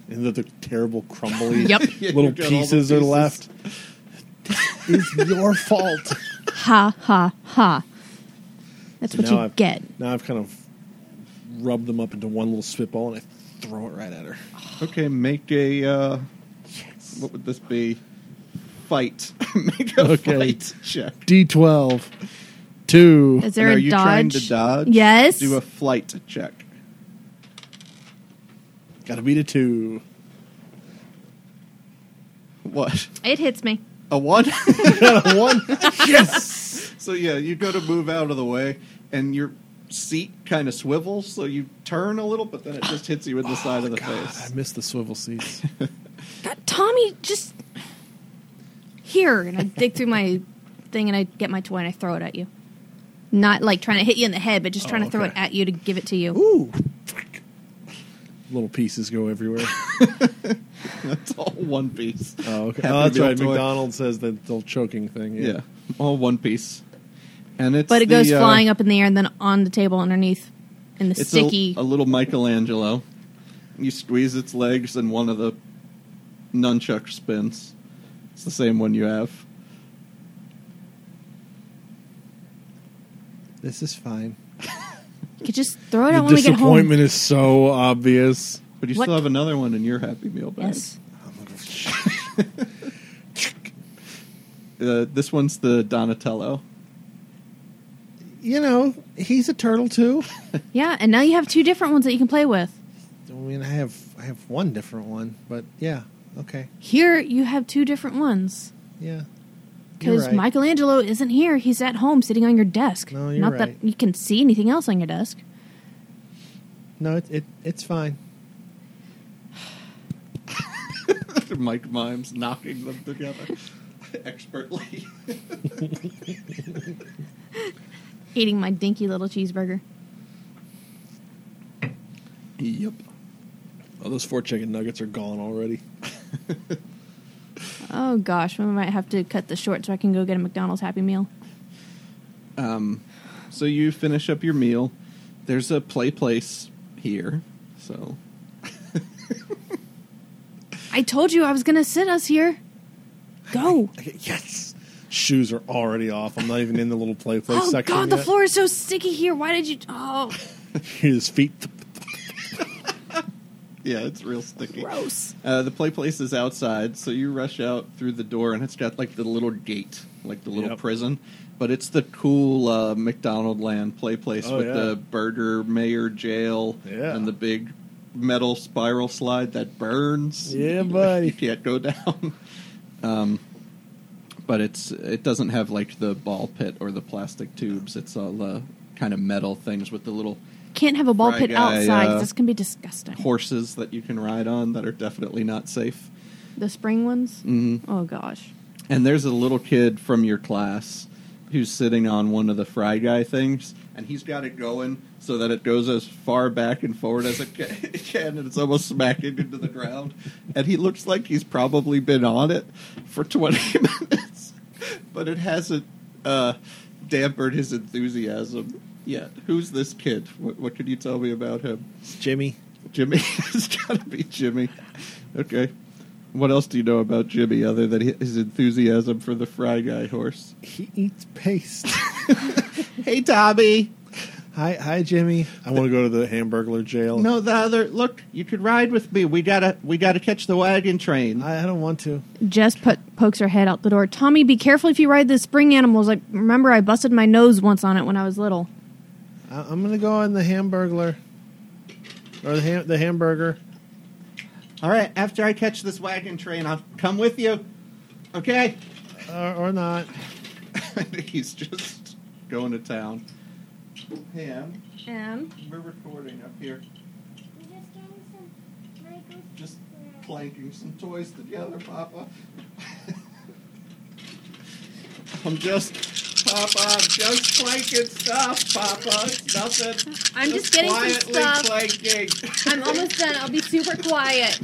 [SPEAKER 4] and the, the terrible crumbly
[SPEAKER 1] Yep.
[SPEAKER 2] Yeah,
[SPEAKER 4] little
[SPEAKER 2] you've got all the
[SPEAKER 4] pieces, are
[SPEAKER 2] pieces.
[SPEAKER 4] left.
[SPEAKER 5] It's your fault.
[SPEAKER 1] Ha ha ha. That's what
[SPEAKER 4] now
[SPEAKER 1] you
[SPEAKER 4] I've,
[SPEAKER 1] get.
[SPEAKER 4] Now I've kind of rubbed them up into one little spitball and I throw it right at her.
[SPEAKER 1] Oh.
[SPEAKER 2] Okay, make a. Uh, What would this be? Fight. make a
[SPEAKER 4] Okay.
[SPEAKER 2] fight check.
[SPEAKER 4] D12, two.
[SPEAKER 1] Is there
[SPEAKER 2] And
[SPEAKER 1] a
[SPEAKER 2] are you
[SPEAKER 1] dodge?
[SPEAKER 2] trying to dodge?
[SPEAKER 1] Yes.
[SPEAKER 2] Do a flight check.
[SPEAKER 4] Gotta beat a two.
[SPEAKER 2] What?
[SPEAKER 1] It hits me.
[SPEAKER 2] A one?
[SPEAKER 4] Got a one. yes.
[SPEAKER 2] so yeah, you go to move out of the way, and your seat kind of swivels, so you turn a little, but then it just hits you
[SPEAKER 1] Oh,
[SPEAKER 2] in the side of the
[SPEAKER 4] Oh I
[SPEAKER 2] face.
[SPEAKER 4] missed the swivel seats.
[SPEAKER 1] God, Tommy, just here, and I dig through my thing, and I get my toy, and I throw it at you. Not like trying to hit you in the head, but just trying to throw it
[SPEAKER 4] okay.
[SPEAKER 1] at you to give it to you.
[SPEAKER 4] Ooh. Little pieces go everywhere.
[SPEAKER 2] That's all one piece.
[SPEAKER 4] Oh, okay.
[SPEAKER 2] Happened to
[SPEAKER 4] Oh, that's
[SPEAKER 2] be a
[SPEAKER 4] right.
[SPEAKER 2] toy.
[SPEAKER 4] McDonald's has the little choking thing.
[SPEAKER 2] Yeah.
[SPEAKER 4] Yeah.
[SPEAKER 2] all one piece. And it's
[SPEAKER 1] But it goes
[SPEAKER 2] the, uh,
[SPEAKER 1] flying up in the air and then on the table underneath in the
[SPEAKER 2] It's a-
[SPEAKER 1] sticky.
[SPEAKER 2] A, little Michelangelo. You squeeze its legs, and one of the nunchuck spins. It's the same one you have.
[SPEAKER 5] This is fine.
[SPEAKER 1] You could just throw it out
[SPEAKER 4] the
[SPEAKER 1] when we get home.
[SPEAKER 4] disappointment is so obvious.
[SPEAKER 2] But you
[SPEAKER 1] What?
[SPEAKER 2] still have another one in your Happy Meal bag.
[SPEAKER 1] Yes.
[SPEAKER 2] Uh, this one's the Donatello.
[SPEAKER 5] You know, he's a turtle too.
[SPEAKER 1] Yeah, and now you have two different ones that you can play with.
[SPEAKER 5] I mean, I have I have one different one, but yeah, okay,
[SPEAKER 1] Here you have two different ones.
[SPEAKER 5] yeah. You're
[SPEAKER 1] Because
[SPEAKER 5] right.
[SPEAKER 1] Michelangelo isn't here. He's at home sitting on your desk.
[SPEAKER 5] No, you're
[SPEAKER 1] Not
[SPEAKER 5] right.
[SPEAKER 1] that you can see anything else on your desk.
[SPEAKER 5] No, it, it it's fine.
[SPEAKER 2] Mike Mimes knocking them together expertly.
[SPEAKER 1] Eating my dinky little cheeseburger.
[SPEAKER 2] yep.
[SPEAKER 4] Oh, those four chicken nuggets are gone already.
[SPEAKER 1] Oh gosh, we might have to cut this short so I can go get a McDonald's Happy Meal.
[SPEAKER 2] Um, so you finish up your meal. There's a play place here. So
[SPEAKER 1] I told you I was gonna sit us here. Go.
[SPEAKER 4] Okay, yes. Shoes are already off. I'm not even in the little play play
[SPEAKER 1] Oh
[SPEAKER 4] section.
[SPEAKER 1] god, the
[SPEAKER 4] yet.
[SPEAKER 1] floor is so sticky here. Why did you? Oh,
[SPEAKER 4] Hear His feet.
[SPEAKER 2] yeah, it's real sticky.
[SPEAKER 1] gross.
[SPEAKER 2] Uh, the play place is outside, so you rush out through the door, and it's got like the little gate, like the little
[SPEAKER 4] Yep.
[SPEAKER 2] prison. But it's the cool uh, McDonald Land play place
[SPEAKER 4] Oh,
[SPEAKER 2] with
[SPEAKER 4] yeah.
[SPEAKER 2] the burger mayor jail
[SPEAKER 4] Yeah.
[SPEAKER 2] and the big metal spiral slide that burns.
[SPEAKER 4] Yeah, buddy.
[SPEAKER 2] you can't go down. Um, but it's it doesn't have like the ball pit or the plastic tubes. It's all uh, kind of metal things with the little
[SPEAKER 1] Can't have a ball
[SPEAKER 2] Fry
[SPEAKER 1] pit
[SPEAKER 2] guy,
[SPEAKER 1] outside.
[SPEAKER 2] uh,
[SPEAKER 1] 'cause That's gonna be disgusting.
[SPEAKER 2] horses that you can ride on that are definitely not safe.
[SPEAKER 1] The spring ones.
[SPEAKER 2] Mhm.
[SPEAKER 1] Oh gosh.
[SPEAKER 2] And there's a little kid from your class who's sitting on one of the fry guy things, and he's got it going so that it goes as far back and forward as it ca- it can, and it's almost smacking into the ground. And he looks like he's probably been on it for 20 minutes, but it hasn't uh, dampened his enthusiasm yet. Who's this kid? What, what can you tell me about him?
[SPEAKER 5] Jimmy,
[SPEAKER 2] Jimmy. it's got to be Jimmy. Okay. What else do you know about Jimmy other than his enthusiasm for the fry guy horse?
[SPEAKER 5] he eats paste.
[SPEAKER 2] Hey, Tommy.
[SPEAKER 5] hi, hi, Jimmy.
[SPEAKER 4] I want to go to the Hamburglar jail.
[SPEAKER 2] No, the other. Look, you could ride with me. We gotta, we gotta catch the wagon train.
[SPEAKER 5] I, I don't want to.
[SPEAKER 1] Jess put, pokes her head out the door. Tommy, be careful if you ride the spring animals. Like remember, I busted my nose once on it when I was little.
[SPEAKER 5] I, I'm gonna go on the Hamburglar or the ham, the hamburger.
[SPEAKER 2] All right. After I catch this wagon train, I'll come with you. Okay.
[SPEAKER 5] Or, or not.
[SPEAKER 2] He's just going to town. Ham,
[SPEAKER 1] And
[SPEAKER 2] we're recording up here. Just planking some toys together, Papa. I'm just, Papa, I'm just planking stuff, Papa. It's nothing.
[SPEAKER 1] I'm just getting some
[SPEAKER 2] quietly
[SPEAKER 1] stuff.
[SPEAKER 2] planking.
[SPEAKER 1] I'm almost done. I'll be super quiet.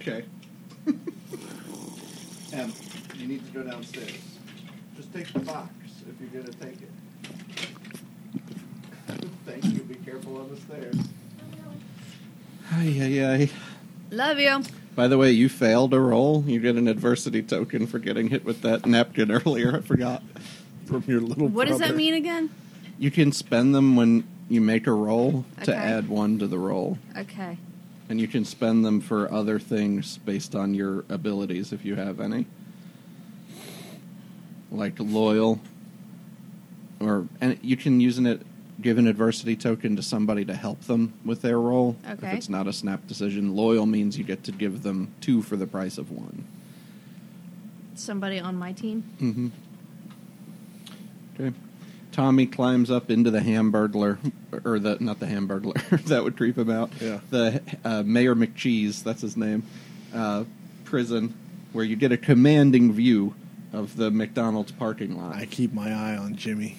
[SPEAKER 2] Okay. Em, you need to go downstairs. Just take the box if you're gonna take it. Thank you. Be careful on the stairs. Ay, ay, ay.
[SPEAKER 1] Love you.
[SPEAKER 2] By the way, you failed a roll. You get an adversity token for getting hit with that napkin earlier. I forgot.
[SPEAKER 4] From your little
[SPEAKER 1] What does that
[SPEAKER 4] brother.
[SPEAKER 1] mean again?
[SPEAKER 2] You can spend them when you make a roll to
[SPEAKER 1] Okay.
[SPEAKER 2] add one to the roll.
[SPEAKER 1] Okay.
[SPEAKER 2] And you can spend them for other things based on your abilities if you have any. Like loyal. Or and you can use an give an adversity token to somebody to help them with their roll. If
[SPEAKER 1] Okay.
[SPEAKER 2] it's not a snap decision, loyal means you get to give them two for the price of one.
[SPEAKER 1] Somebody on my team.
[SPEAKER 2] Mm-hmm. Okay. Tommy climbs up into the hamburglar, or the not the hamburglar that would creep him out.
[SPEAKER 4] Yeah.
[SPEAKER 2] The uh, Mayor McCheese, that's his name, uh, prison, where you get a commanding view of the McDonald's parking lot.
[SPEAKER 4] I keep my eye on Jimmy.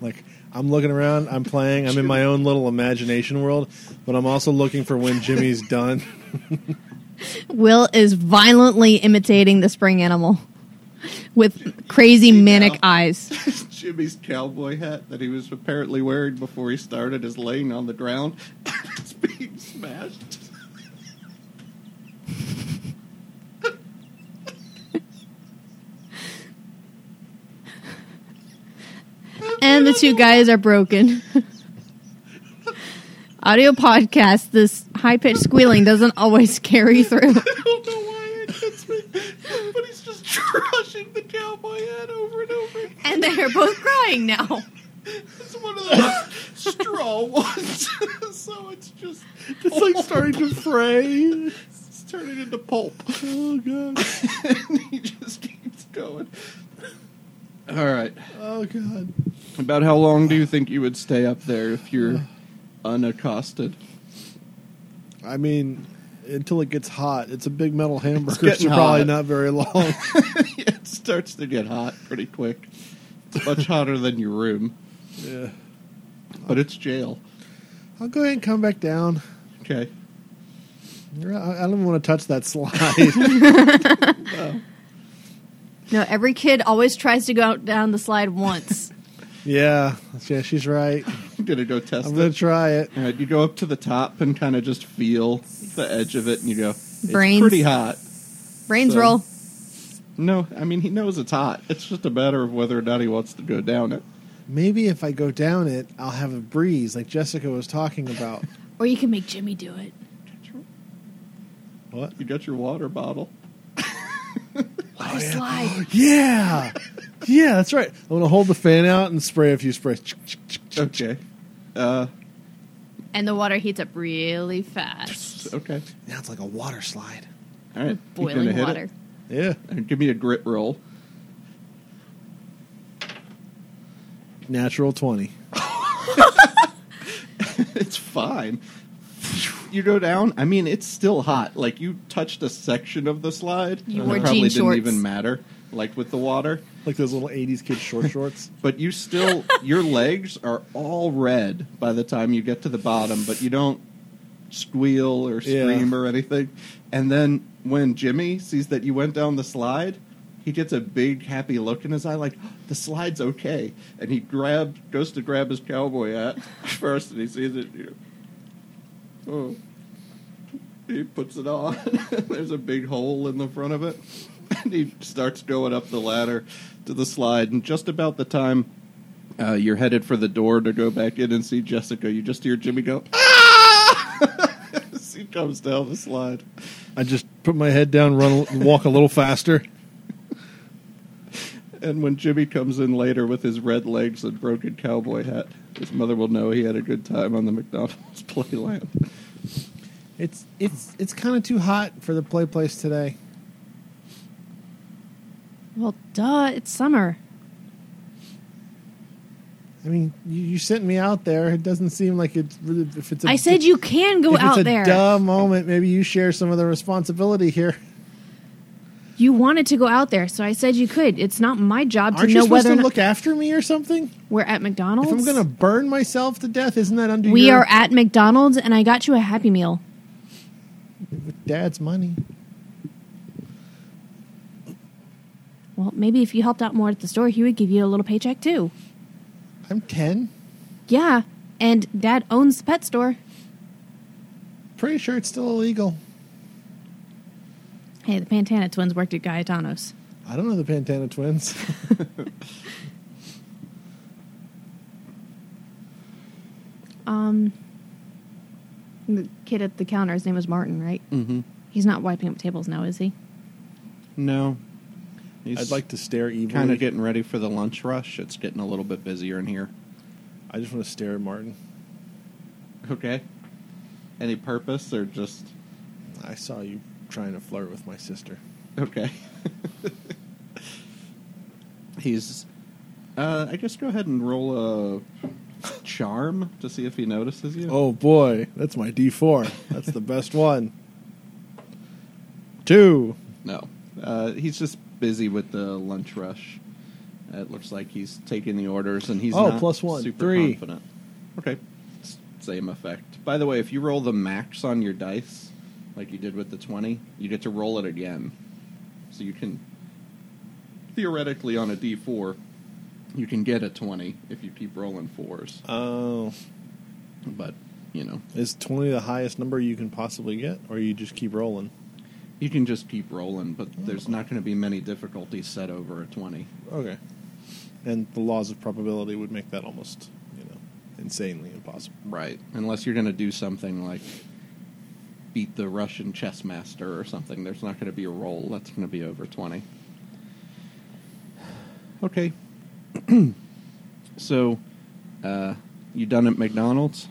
[SPEAKER 4] Like I'm looking around, I'm playing, I'm in my own little imagination world, but I'm also looking for when Jimmy's done.
[SPEAKER 1] Will is violently imitating the spring animal with crazy manic
[SPEAKER 2] now.
[SPEAKER 1] eyes.
[SPEAKER 2] Jimmy's cowboy hat that he was apparently wearing before he started is laying on the ground. it's being smashed.
[SPEAKER 1] of the two guys are broken. Audio podcast, this high pitched squealing doesn't always carry through.
[SPEAKER 3] I don't know why it hits me, but he's just crushing the cowboy head over and over.
[SPEAKER 1] And they're both crying now.
[SPEAKER 3] It's one of those straw ones, so it's just
[SPEAKER 4] It's like starting to fray.
[SPEAKER 3] it's turning into pulp.
[SPEAKER 4] Oh god.
[SPEAKER 3] and he just keeps going.
[SPEAKER 2] All right.
[SPEAKER 4] Oh god.
[SPEAKER 2] About how long do you think you would stay up there if you're unaccosted?
[SPEAKER 4] I mean, until it gets hot, it's a big metal hamburger. It's,
[SPEAKER 2] getting
[SPEAKER 4] probably
[SPEAKER 2] hot.
[SPEAKER 4] not very long.
[SPEAKER 2] it starts to get hot pretty quick. It's much hotter than your room,
[SPEAKER 4] yeah.
[SPEAKER 2] but it's jail.
[SPEAKER 4] I'll go ahead and come back down.
[SPEAKER 2] Okay.
[SPEAKER 4] I I don't want to touch that slide.
[SPEAKER 1] No, every kid always tries to go out down the slide once.
[SPEAKER 4] yeah, yeah, she's right.
[SPEAKER 2] I'm going to go test
[SPEAKER 4] I'm
[SPEAKER 2] it.
[SPEAKER 4] gonna try it.
[SPEAKER 2] All right, you go up to the top and kind of just feel the edge of it, and you go, it's
[SPEAKER 1] Brains.
[SPEAKER 2] pretty hot.
[SPEAKER 1] Brains
[SPEAKER 2] So-
[SPEAKER 1] roll.
[SPEAKER 2] No, I mean, he knows it's hot. It's just a matter of whether or not he wants to go down it.
[SPEAKER 4] Maybe if I go down it, I'll have a breeze like Jessica was talking about.
[SPEAKER 1] Or you can make Jimmy do it.
[SPEAKER 4] what?
[SPEAKER 2] You got your water bottle.
[SPEAKER 1] Water slide.
[SPEAKER 4] Yeah, yeah, that's right. I'm gonna hold the fan out and spray a few sprays.
[SPEAKER 2] Okay. Uh,
[SPEAKER 1] And the water heats up really fast.
[SPEAKER 2] okay.
[SPEAKER 4] Now it's like a water slide.
[SPEAKER 2] All right. You gonna
[SPEAKER 1] Boiling
[SPEAKER 2] hit it?
[SPEAKER 1] water.
[SPEAKER 4] Yeah.
[SPEAKER 2] All right, give me a grit roll.
[SPEAKER 4] Natural twenty.
[SPEAKER 2] it's fine. You go down. I mean, it's still hot. Like you touched a section of the slide.
[SPEAKER 1] You
[SPEAKER 2] and
[SPEAKER 1] wore
[SPEAKER 2] it
[SPEAKER 1] jean
[SPEAKER 2] probably didn't
[SPEAKER 1] shorts.
[SPEAKER 2] even matter. Like with the water,
[SPEAKER 4] Like those little '80s kid short shorts.
[SPEAKER 2] but you still your legs are all red by the time you get to the bottom. But you don't squeal or
[SPEAKER 4] Yeah.
[SPEAKER 2] scream or anything. And then when Jimmy sees that you went down the slide, he gets a big happy look in his eye, like "Oh, the slide's okay. And he grabs goes to grab his cowboy hat first, and he sees it. You know, oh. He puts it on. There's a big hole in the front of it. And he starts going up the ladder to the slide. And just about the time uh, you're headed for the door to go back in and see Jessica, you just hear Jimmy go, ah! As he comes down the slide.
[SPEAKER 4] I just put my head down, run, walk a little faster.
[SPEAKER 2] And when Jimmy comes in later with his red legs and broken cowboy hat, his mother will know he had a good time on the McDonald's playland.
[SPEAKER 4] It's it's it's kind of too hot for the play place today.
[SPEAKER 1] Well, duh, it's summer.
[SPEAKER 4] I mean, you, you sent me out there. It doesn't seem like it's really. If it's a,
[SPEAKER 1] I said you can go
[SPEAKER 4] if it's a
[SPEAKER 1] out there.
[SPEAKER 4] duh moment. Maybe you share some of the responsibility here.
[SPEAKER 1] You wanted to go out there, so I said you could. It's not my job
[SPEAKER 4] Aren't
[SPEAKER 1] to
[SPEAKER 4] you
[SPEAKER 1] know
[SPEAKER 4] supposed
[SPEAKER 1] whether
[SPEAKER 4] to
[SPEAKER 1] or not
[SPEAKER 4] look after me or something?
[SPEAKER 1] we're at McDonald's.
[SPEAKER 4] If I'm going to burn myself to death, isn't that under
[SPEAKER 1] we
[SPEAKER 4] your
[SPEAKER 1] are at McDonald's, and I got you a Happy Meal.
[SPEAKER 4] with dad's money?
[SPEAKER 1] Well, maybe if you helped out more at the store, he would give you a little paycheck too.
[SPEAKER 4] I'm ten.
[SPEAKER 1] Yeah, and Dad owns the pet store.
[SPEAKER 4] Pretty sure it's still illegal.
[SPEAKER 1] Hey, the Pantana twins worked at Gaetano's.
[SPEAKER 4] I don't know the Pantana twins.
[SPEAKER 1] Um, the kid at the counter, his name was Martin, right?
[SPEAKER 2] Mm-hmm.
[SPEAKER 1] He's not wiping up tables now, is he?
[SPEAKER 2] No. He's
[SPEAKER 4] I'd like to stare evilly.
[SPEAKER 2] kind of getting ready for the lunch rush. It's getting a little bit busier in here.
[SPEAKER 4] I just want to stare at Martin.
[SPEAKER 2] Okay. Any purpose or just
[SPEAKER 4] I saw you trying to flirt with my sister.
[SPEAKER 2] okay? He's. Uh, I guess go ahead and roll a charm to see if he notices you.
[SPEAKER 4] Oh boy, that's my D4. That's the best one. Two.
[SPEAKER 2] no, uh, he's just busy with the lunch rush. It looks like he's taking the orders, and he's
[SPEAKER 4] Oh,
[SPEAKER 2] not
[SPEAKER 4] plus one.
[SPEAKER 2] super
[SPEAKER 4] Three.
[SPEAKER 2] confident. Okay, S- same effect. By the way, if you roll the max on your dice, like you did with the twenty, you get to roll it again. So you can theoretically on a D four, you can get a twenty if you keep rolling fours.
[SPEAKER 4] Oh,
[SPEAKER 2] But you know,
[SPEAKER 4] is twenty the highest number you can possibly get, or you just keep rolling?
[SPEAKER 2] you can just keep rolling. But there's not going to be many difficulties set over a twenty.
[SPEAKER 4] Okay. and the laws of probability would make that almost you know insanely impossible.
[SPEAKER 2] Right. Unless you're going to do something like beat the Russian chess master or something, there's not going to be a roll that's going to be over 20. Okay. so, uh, you done at McDonald's?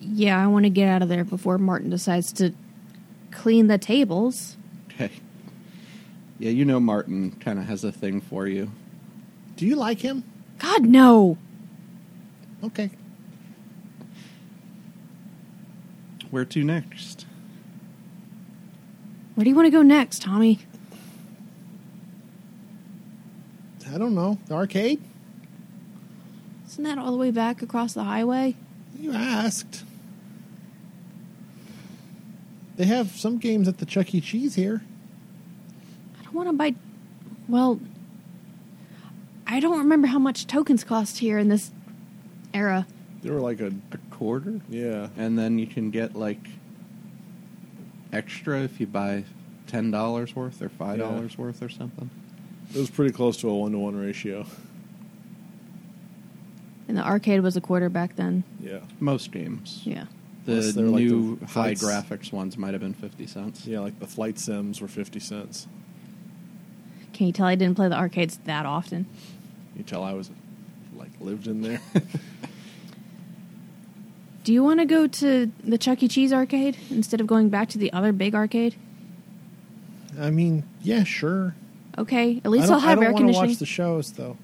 [SPEAKER 1] Yeah, I want to get out of there before Martin decides to clean the tables.
[SPEAKER 2] Okay. Yeah, you know Martin kind of has a thing for you.
[SPEAKER 5] Do you like him?
[SPEAKER 1] God, no.
[SPEAKER 5] Okay.
[SPEAKER 2] Where to next?
[SPEAKER 1] Where do you want to go next, Tommy?
[SPEAKER 5] I don't know. The arcade?
[SPEAKER 1] Isn't that all the way back across the highway?
[SPEAKER 5] You asked. They have some games at the Chuck E. Cheese here.
[SPEAKER 1] I don't want to buy. Well, I don't remember how much tokens cost here in this era.
[SPEAKER 4] They were like a
[SPEAKER 2] A quarter?
[SPEAKER 4] yeah.
[SPEAKER 2] And then you can get like extra if you buy $10 worth or $5 worth or something.
[SPEAKER 4] It was pretty close to a one to one ratio.
[SPEAKER 1] And the arcade was a quarter back then.
[SPEAKER 4] Yeah.
[SPEAKER 2] Most games.
[SPEAKER 1] Yeah.
[SPEAKER 2] The
[SPEAKER 4] Unless they're like
[SPEAKER 2] new
[SPEAKER 4] the
[SPEAKER 2] high
[SPEAKER 4] flights.
[SPEAKER 2] graphics ones might have been 50 cents.
[SPEAKER 4] Yeah, like the flight sims were fifty cents.
[SPEAKER 1] Can you tell I didn't play the arcades that often?
[SPEAKER 4] You tell I was like lived in there.
[SPEAKER 1] Do you want to go to the Chuck E. Cheese arcade instead of going back to the other big arcade?
[SPEAKER 5] I mean, yeah, sure.
[SPEAKER 1] Okay, at
[SPEAKER 5] I
[SPEAKER 1] least
[SPEAKER 5] don't,
[SPEAKER 1] I'll have
[SPEAKER 5] I
[SPEAKER 1] air
[SPEAKER 5] don't wanna
[SPEAKER 1] conditioning.
[SPEAKER 5] watch the shows though.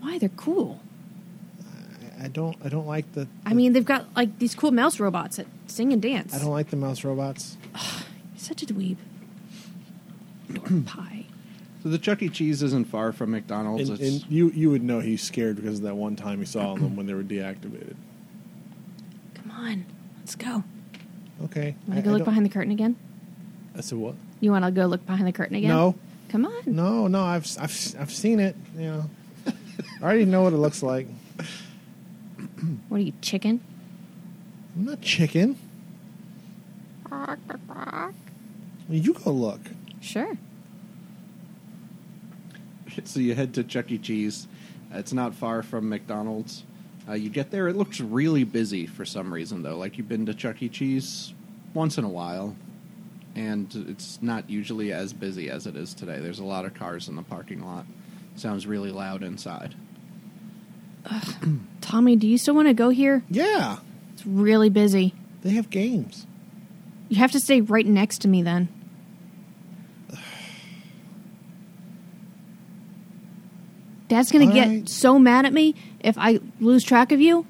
[SPEAKER 1] Why they're cool?
[SPEAKER 5] I, I don't. I don't like the.
[SPEAKER 1] I mean, they've got like these cool mouse robots that sing and dance.
[SPEAKER 5] I don't like the mouse robots.
[SPEAKER 1] Such a dweeb. Dork pie.
[SPEAKER 2] So the Chuck E. Cheese isn't far from McDonald's.
[SPEAKER 4] and,
[SPEAKER 2] it's,
[SPEAKER 4] and you you would know he's scared because of that one time he saw them when they were deactivated.
[SPEAKER 1] Come on, let's go.
[SPEAKER 5] Okay.
[SPEAKER 1] Want to go look
[SPEAKER 5] don't-
[SPEAKER 1] behind the curtain again?
[SPEAKER 4] I said what?
[SPEAKER 1] You want to go look behind the curtain again?
[SPEAKER 5] No.
[SPEAKER 1] Come on.
[SPEAKER 5] No, no. I've s- I've s- I've seen it. You know. I already know what it looks like.
[SPEAKER 1] What are you, chicken?
[SPEAKER 5] I'm not chicken. Well, you go look.
[SPEAKER 1] Sure.
[SPEAKER 2] so you head to Chuck E. Cheese. It's not far from McDonald's. Uh, you get there. It looks really busy for some reason, though. Like you've been to Chuck E. Cheese once in a while, and it's not usually as busy as it is today. There's a lot of cars in the parking lot. Sounds really loud inside.
[SPEAKER 1] Tommy, do you still want to go here?
[SPEAKER 5] Yeah,
[SPEAKER 1] It's really busy.
[SPEAKER 5] they have games.
[SPEAKER 1] You have to stay right next to me then. Dad's gonna
[SPEAKER 5] All
[SPEAKER 1] get
[SPEAKER 5] right.
[SPEAKER 1] so mad at me if I lose track of you.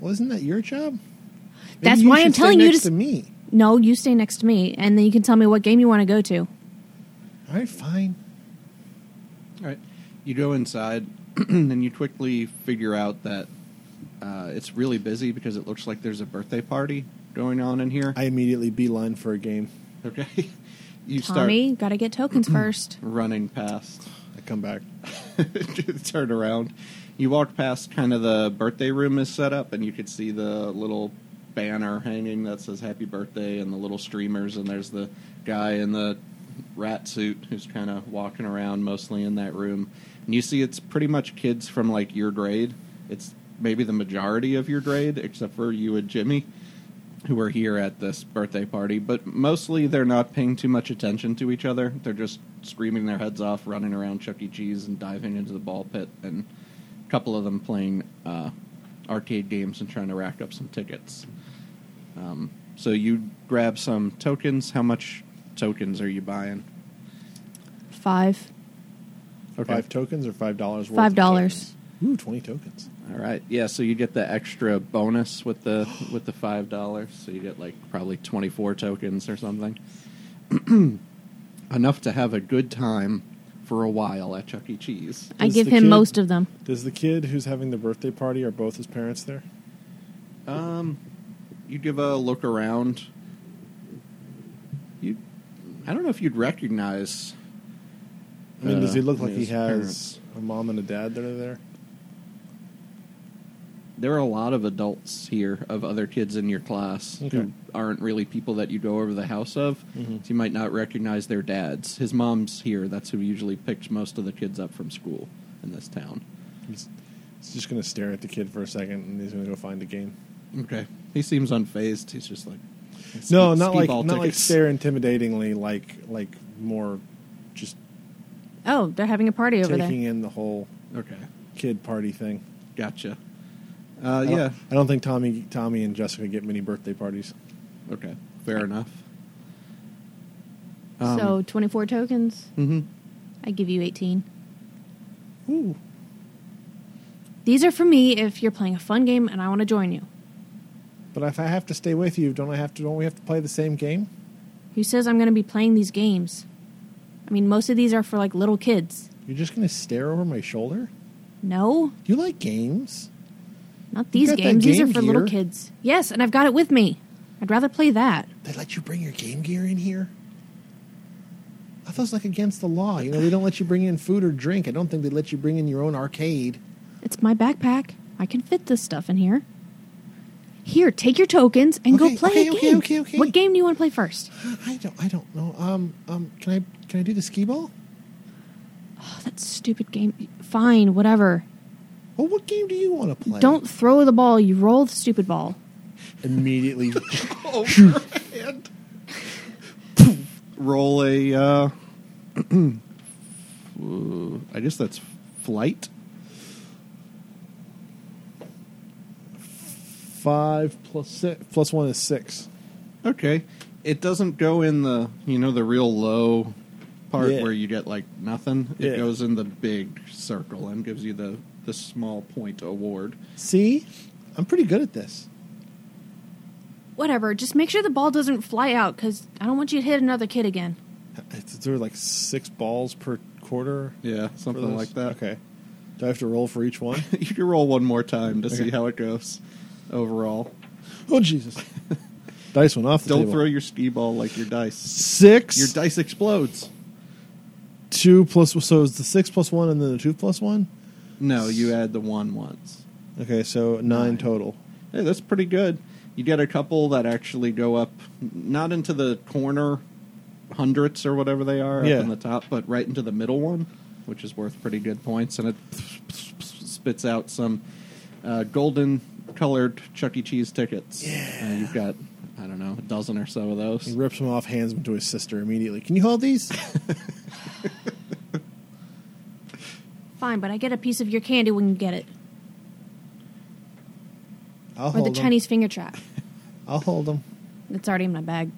[SPEAKER 5] Well, isn't that your job? Maybe
[SPEAKER 1] That's
[SPEAKER 5] you
[SPEAKER 1] why
[SPEAKER 5] should
[SPEAKER 1] I'm
[SPEAKER 5] stay
[SPEAKER 1] telling you
[SPEAKER 5] next
[SPEAKER 1] to s-
[SPEAKER 5] to me.
[SPEAKER 1] No, you stay next to me, and then you can tell me what game you want to go to.
[SPEAKER 5] All right, fine.
[SPEAKER 2] All right. You go inside, and you quickly figure out that uh, it's really busy because it looks like there's a birthday party going on in here.
[SPEAKER 4] I immediately beeline for a game.
[SPEAKER 2] okay. You
[SPEAKER 1] Tommy, gotta get tokens first.
[SPEAKER 2] start running past,
[SPEAKER 4] I come back.
[SPEAKER 2] turn around. You walk past kind of the birthday room is set up, and you could see the little banner hanging that says happy birthday and the little streamers, and there's the guy in the rat suit who's kind of walking around mostly in that room. And you see it's pretty much kids from like your grade. It's maybe the majority of your grade, except for you and Jimmy who are here at this birthday party, but mostly they're not paying too much attention to each other. They're just screaming their heads off, running around Chuck E. Cheese and diving into the ball pit, and a couple of them playing uh, arcade games and trying to rack up some tickets. Um, so you grab some tokens. How much tokens are you buying?
[SPEAKER 1] Five.
[SPEAKER 4] Five tokens or five dollars worth.
[SPEAKER 1] Five
[SPEAKER 4] of
[SPEAKER 1] dollars.
[SPEAKER 4] tokens? Ooh, twenty tokens.
[SPEAKER 2] All right. Yeah. So you get the extra bonus with the with the five dollars. So you get like probably twenty four tokens or something. Enough to have a good time for a while at Chuck E. Cheese.
[SPEAKER 1] I
[SPEAKER 4] Is
[SPEAKER 1] give
[SPEAKER 4] the
[SPEAKER 1] him
[SPEAKER 4] kid-
[SPEAKER 1] most of them.
[SPEAKER 4] Does the kid who's having the birthday party are both his parents there?
[SPEAKER 2] Um, you give a look around. You, I don't know if you'd recognize.
[SPEAKER 4] I mean, does
[SPEAKER 2] uh,
[SPEAKER 4] he look like he
[SPEAKER 2] his
[SPEAKER 4] has
[SPEAKER 2] parents.
[SPEAKER 4] a mom and a dad that are there?
[SPEAKER 2] there are a lot of adults here of other kids in your class who aren't really people that you go over the house of.
[SPEAKER 4] Mm-hmm.
[SPEAKER 2] So you might not recognize their dads. His mom's here. That's who usually picked most of the kids up from school in this town.
[SPEAKER 4] He's, he's just going to stare at the kid for a second, and he's going to go find a game.
[SPEAKER 2] Okay, he seems unfazed. He's just like
[SPEAKER 4] no,
[SPEAKER 2] Speed-
[SPEAKER 4] not like
[SPEAKER 2] speedball
[SPEAKER 4] not like
[SPEAKER 2] tickets.
[SPEAKER 4] stare intimidatingly, like like more just
[SPEAKER 1] Oh, they're having a party over
[SPEAKER 4] taking
[SPEAKER 1] there.
[SPEAKER 4] in the whole
[SPEAKER 2] okay,
[SPEAKER 4] kid party thing.
[SPEAKER 2] gotcha. Uh,
[SPEAKER 4] I don't-
[SPEAKER 2] yeah,
[SPEAKER 4] I don't think Tommy Tommy and Jessica get many birthday parties.
[SPEAKER 2] okay, fair enough. Um,
[SPEAKER 4] um,
[SPEAKER 1] so 24 tokens.
[SPEAKER 2] hmm
[SPEAKER 1] I give you 18.
[SPEAKER 4] Ooh.
[SPEAKER 1] These are for me if you're playing a fun game and I want to join you.
[SPEAKER 4] But if I have to stay with you, don't I have to? Don't we have to play the same game?
[SPEAKER 1] Who says I'm going to be playing these games? I mean, most of these are for like little kids.
[SPEAKER 4] You're just going to stare over my shoulder?
[SPEAKER 1] No,
[SPEAKER 4] Do you like games?
[SPEAKER 1] not these
[SPEAKER 4] got that
[SPEAKER 1] games. These are
[SPEAKER 4] Game
[SPEAKER 1] for little
[SPEAKER 4] Gear.
[SPEAKER 1] kids. Yes, and I've got it with me. I'd rather play that.
[SPEAKER 4] They let you bring your Game Gear in here? I thought it was like against the law. You know, they don't let you bring in food or drink. I don't think they let you bring in your own arcade.
[SPEAKER 1] It's my backpack. I can fit this stuff in here. Here, take your tokens and
[SPEAKER 4] Okay,
[SPEAKER 1] go play
[SPEAKER 4] okay,
[SPEAKER 1] a
[SPEAKER 4] okay,
[SPEAKER 1] game.
[SPEAKER 4] okay, okay.
[SPEAKER 1] What game do you want to play first?
[SPEAKER 4] I don't. I don't know. Um. Um. Can I? Can I do the skee ball?
[SPEAKER 1] Oh, that stupid game. Fine, whatever.
[SPEAKER 4] Well, what game do you want to play?
[SPEAKER 1] Don't throw the ball. You roll the stupid ball.
[SPEAKER 4] immediately.
[SPEAKER 2] Roll a. Uh, ooh, I guess that's flight.
[SPEAKER 4] Five plus six plus one is six.
[SPEAKER 2] Okay. It doesn't go in the you know the real low part
[SPEAKER 4] Yeah.
[SPEAKER 2] where you get like nothing. It
[SPEAKER 4] Yeah.
[SPEAKER 2] goes in the big circle and gives you the the small point award.
[SPEAKER 4] See, I'm pretty good at this.
[SPEAKER 1] Whatever. Just make sure the ball doesn't fly out because I don't want you to hit another kid again.
[SPEAKER 4] It's there are like six balls per quarter.
[SPEAKER 2] Yeah,
[SPEAKER 4] for
[SPEAKER 2] something like
[SPEAKER 4] this?
[SPEAKER 2] that.
[SPEAKER 4] Okay. Do I have to roll for each one?
[SPEAKER 2] you can roll one more time to see
[SPEAKER 4] Okay.
[SPEAKER 2] how it goes overall.
[SPEAKER 4] oh Jesus! Dice went off. The
[SPEAKER 2] Don't
[SPEAKER 4] table.
[SPEAKER 2] throw your ski ball like your dice.
[SPEAKER 4] six.
[SPEAKER 2] Your dice explodes.
[SPEAKER 4] two plus so it's the six plus one and then the two plus one.
[SPEAKER 2] No, you add the one once.
[SPEAKER 4] Okay, so nine,
[SPEAKER 2] Nine.
[SPEAKER 4] total.
[SPEAKER 2] Hey, that's pretty good. You get a couple that actually go up, not into the corner hundredths or whatever they are
[SPEAKER 4] Yeah.
[SPEAKER 2] up in the top, but right into the middle one, which is worth pretty good points. And it spits out some uh, golden colored Chuck E. Cheese tickets. Yeah. you've got, I don't know, a dozen or so of
[SPEAKER 4] He
[SPEAKER 2] those.
[SPEAKER 4] rips them off, hands them to his sister immediately. Can you hold these?
[SPEAKER 1] Fine, but I get a piece of your candy when you get it.
[SPEAKER 4] I'll
[SPEAKER 1] or
[SPEAKER 4] hold
[SPEAKER 1] the
[SPEAKER 4] them.
[SPEAKER 1] Chinese finger trap.
[SPEAKER 4] I'll hold them.
[SPEAKER 1] It's already in my bag.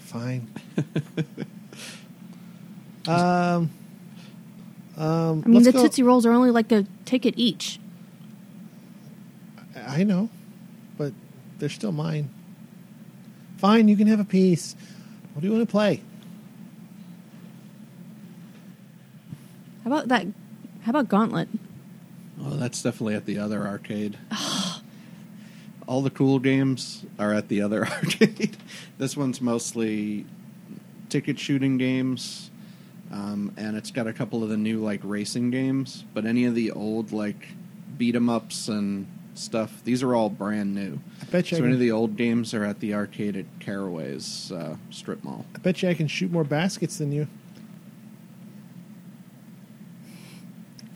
[SPEAKER 4] Fine. um. Um.
[SPEAKER 1] I mean,
[SPEAKER 4] let's
[SPEAKER 1] the
[SPEAKER 4] go-
[SPEAKER 1] Tootsie Rolls are only like a ticket each.
[SPEAKER 4] I know, but they're still mine. Fine, you can have a piece. What do you want to play?
[SPEAKER 1] How about that? How about Gauntlet?
[SPEAKER 2] Oh, that's definitely at the other arcade. All the cool games are at the other arcade. this one's mostly ticket shooting games, um, and it's got a couple of the new like racing games. But any of the old like beat 'em ups and stuff, these are all brand new.
[SPEAKER 4] I bet you.
[SPEAKER 2] So
[SPEAKER 4] I,
[SPEAKER 2] any of
[SPEAKER 4] can,
[SPEAKER 2] the old games are at the arcade at Caraway's uh, strip mall.
[SPEAKER 4] I bet you I can shoot more baskets than you.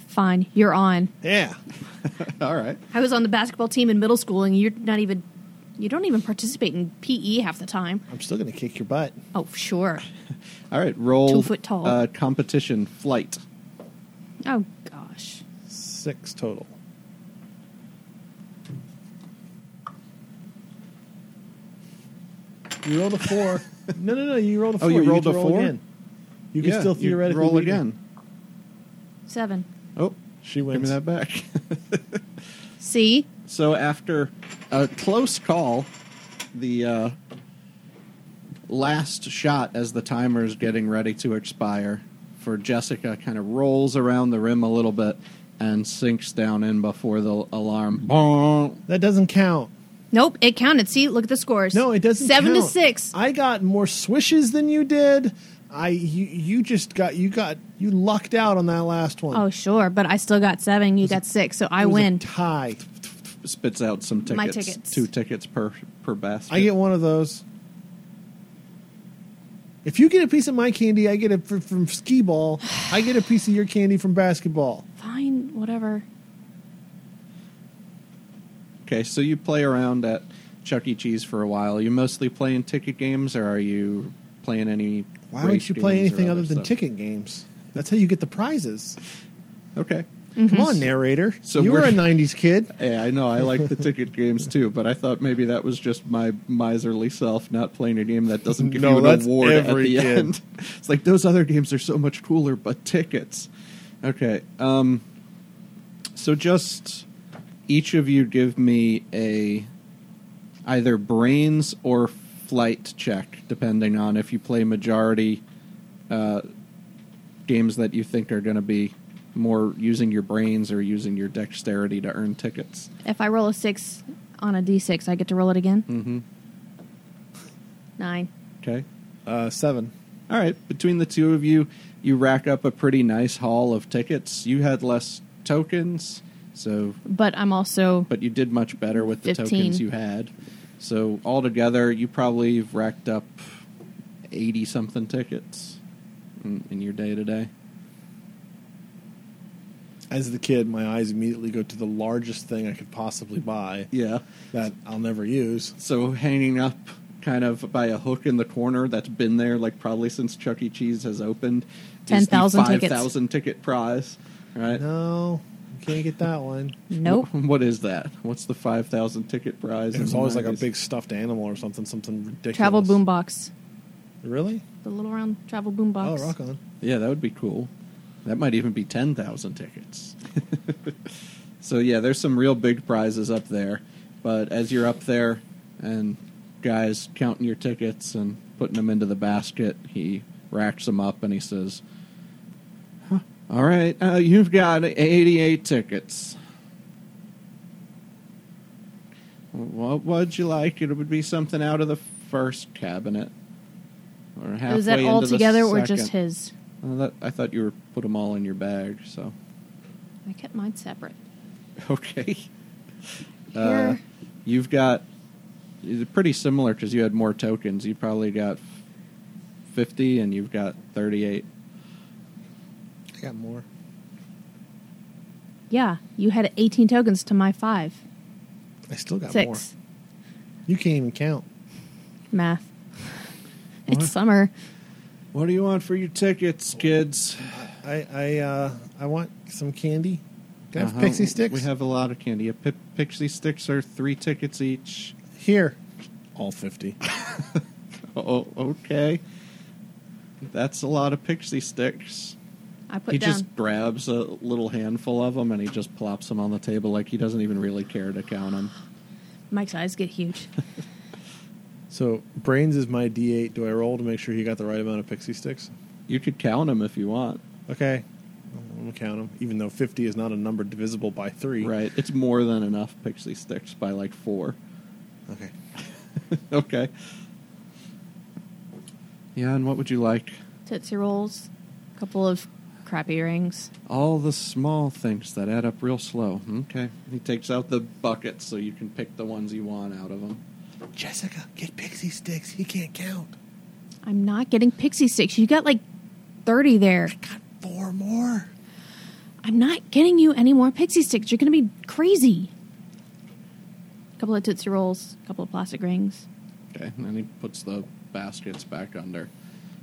[SPEAKER 1] Fine, you're on.
[SPEAKER 4] Yeah.
[SPEAKER 2] all right.
[SPEAKER 1] I was on the basketball team in middle school, and you're not even. You don't even participate in PE half the time.
[SPEAKER 4] I'm still gonna kick your butt.
[SPEAKER 1] Oh, sure.
[SPEAKER 2] All right. Roll
[SPEAKER 1] Two foot tall.
[SPEAKER 2] Uh, competition flight.
[SPEAKER 1] Oh, gosh.
[SPEAKER 4] Six total. You rolled a four. no, no, no. You rolled a
[SPEAKER 2] Oh,
[SPEAKER 4] four.
[SPEAKER 2] you
[SPEAKER 4] get
[SPEAKER 2] rolled
[SPEAKER 4] to
[SPEAKER 2] a
[SPEAKER 4] roll
[SPEAKER 2] four?
[SPEAKER 4] Again. You can
[SPEAKER 2] Yeah,
[SPEAKER 4] still theoretically
[SPEAKER 2] roll
[SPEAKER 4] beat me.
[SPEAKER 2] again.
[SPEAKER 1] Seven.
[SPEAKER 2] Oh,
[SPEAKER 4] She
[SPEAKER 2] give me
[SPEAKER 4] wins.
[SPEAKER 2] that back.
[SPEAKER 1] See?
[SPEAKER 2] so after a close call, the uh, last shot as the timer is getting ready to expire for Jessica kind of rolls around the rim a little bit and sinks down in before the alarm. Bonk.
[SPEAKER 4] That doesn't count.
[SPEAKER 1] Nope, it counted. See, look at the scores.
[SPEAKER 4] No, it doesn't.
[SPEAKER 1] Seven to
[SPEAKER 4] count.
[SPEAKER 1] six.
[SPEAKER 4] I got more swishes than you did. I you, you just got you got you lucked out on that last one.
[SPEAKER 1] oh, sure, but I still got seven. You got six, so I
[SPEAKER 4] It was a
[SPEAKER 1] win.
[SPEAKER 4] tie.
[SPEAKER 2] spits out some tickets.
[SPEAKER 1] My tickets.
[SPEAKER 2] Two tickets per per basket.
[SPEAKER 5] I get one of those. If you get a piece of my candy, I get it from, from skee ball. I get a piece of your candy from basketball.
[SPEAKER 1] Fine, whatever.
[SPEAKER 2] Okay, so you play around at Chuck E. Cheese for a while. You mostly playing ticket games, or are you playing any?
[SPEAKER 5] Why would
[SPEAKER 2] race
[SPEAKER 5] you play
[SPEAKER 2] games or
[SPEAKER 5] anything other than
[SPEAKER 2] stuff?
[SPEAKER 5] ticket games? That's how you get the prizes.
[SPEAKER 2] Okay.
[SPEAKER 5] Come on, narrator.
[SPEAKER 2] So
[SPEAKER 5] you were
[SPEAKER 2] we're-
[SPEAKER 5] a '90s kid.
[SPEAKER 2] Yeah, Eh, I know. I like the ticket games too, but I thought maybe that was just my miserly self not playing a game that doesn't give
[SPEAKER 5] No,
[SPEAKER 2] you an
[SPEAKER 5] that's
[SPEAKER 2] award at
[SPEAKER 5] every
[SPEAKER 2] the
[SPEAKER 5] kid.
[SPEAKER 2] end. It's like those other games are so much cooler, but tickets. Okay. Um, so just each of you give me a either brains or flight check, depending on if you play majority uh, games that you think are going to be more using your brains or using your dexterity to earn tickets.
[SPEAKER 1] If I roll a six on a d6, I get to roll it
[SPEAKER 4] Mm.
[SPEAKER 1] again.
[SPEAKER 2] Mm-hmm.
[SPEAKER 1] Nine.
[SPEAKER 2] Okay.
[SPEAKER 5] Uh, seven.
[SPEAKER 2] All right. Between the two of you, you rack up a pretty nice haul of tickets. You had less tokens, so
[SPEAKER 1] But I'm also
[SPEAKER 2] but you did much better with the
[SPEAKER 1] 15.
[SPEAKER 2] tokens you had. So altogether, you probably have racked up eighty something tickets in, in your day to day.
[SPEAKER 4] As the kid, my eyes immediately go to the largest thing I could possibly buy
[SPEAKER 2] Yeah.
[SPEAKER 4] that I'll never use.
[SPEAKER 2] So hanging up kind of by a hook in the corner that's been there like probably since Chuck E. Cheese has opened. is the
[SPEAKER 1] 10,000 tickets.
[SPEAKER 2] 5,000 ticket prize. All right.
[SPEAKER 5] No, you can't get that one.
[SPEAKER 1] nope.
[SPEAKER 2] What is that? What's the 5,000 ticket prize?
[SPEAKER 4] It
[SPEAKER 2] in
[SPEAKER 4] was
[SPEAKER 2] the
[SPEAKER 4] always like a
[SPEAKER 2] 90s?
[SPEAKER 4] big stuffed animal or something, something ridiculous.
[SPEAKER 1] Travel boombox.
[SPEAKER 5] Really?
[SPEAKER 1] The little round travel boombox.
[SPEAKER 5] Oh, rock on.
[SPEAKER 2] Yeah, that would be cool. That might even be 10,000 tickets. so, yeah, there's some real big prizes up there. But as you're up there and guys counting your tickets and putting them into the basket, he racks them up and he says, "Huh, All right, uh, you've got 88 tickets. What would you like? It would be something out of the first cabinet. Or halfway
[SPEAKER 1] Is that all
[SPEAKER 2] into the
[SPEAKER 1] together or just
[SPEAKER 2] second."
[SPEAKER 1] his?
[SPEAKER 2] Uh, that, I thought you were put them all in your bag, so
[SPEAKER 1] I kept mine separate.
[SPEAKER 2] okay. Uh,
[SPEAKER 1] Here.
[SPEAKER 2] you've got it's pretty similar because you had more tokens. You probably got fifty, and you've got thirty-eight.
[SPEAKER 5] I got more.
[SPEAKER 1] Yeah, you had 18 tokens to my five.
[SPEAKER 5] I still got more.
[SPEAKER 1] Six.
[SPEAKER 5] You can't even count.
[SPEAKER 1] Math. it's summer.
[SPEAKER 2] What do you want for your tickets, kids?
[SPEAKER 5] I I uh, I want some candy. Can I have pixie sticks?
[SPEAKER 2] Uh-huh. We have a lot of candy. A pi- pixie sticks are three tickets each.
[SPEAKER 5] here.
[SPEAKER 4] All 50.
[SPEAKER 2] Oh, okay. That's a lot of pixie sticks.
[SPEAKER 1] I put
[SPEAKER 2] he
[SPEAKER 1] down.
[SPEAKER 2] just grabs a little handful of them and he just plops them on the table like he doesn't even really care to count them.
[SPEAKER 1] Mike's eyes get huge.
[SPEAKER 4] So, brains is my D8. Do I roll to make sure he got the right amount of pixie sticks?
[SPEAKER 2] You could count them if you want.
[SPEAKER 4] Okay. I'm going to count them, even though 50 is not a number divisible by 3.
[SPEAKER 2] Right. It's more than enough pixie sticks by like four.
[SPEAKER 4] Okay.
[SPEAKER 2] okay. Yeah, and what would you like?
[SPEAKER 1] Tootsie Rolls, a couple of crap earrings.
[SPEAKER 2] All the small things that add up real slow. Okay. He takes out the buckets so you can pick the ones you want out of them.
[SPEAKER 5] Jessica, get pixie sticks. He can't count.
[SPEAKER 1] I'm not getting pixie sticks. You got like 30 there.
[SPEAKER 5] Got four more.
[SPEAKER 1] I'm not getting you any more pixie sticks. You're going to be crazy. A couple of Tootsie Rolls, a couple of plastic rings.
[SPEAKER 2] Okay. And then he puts the baskets back under.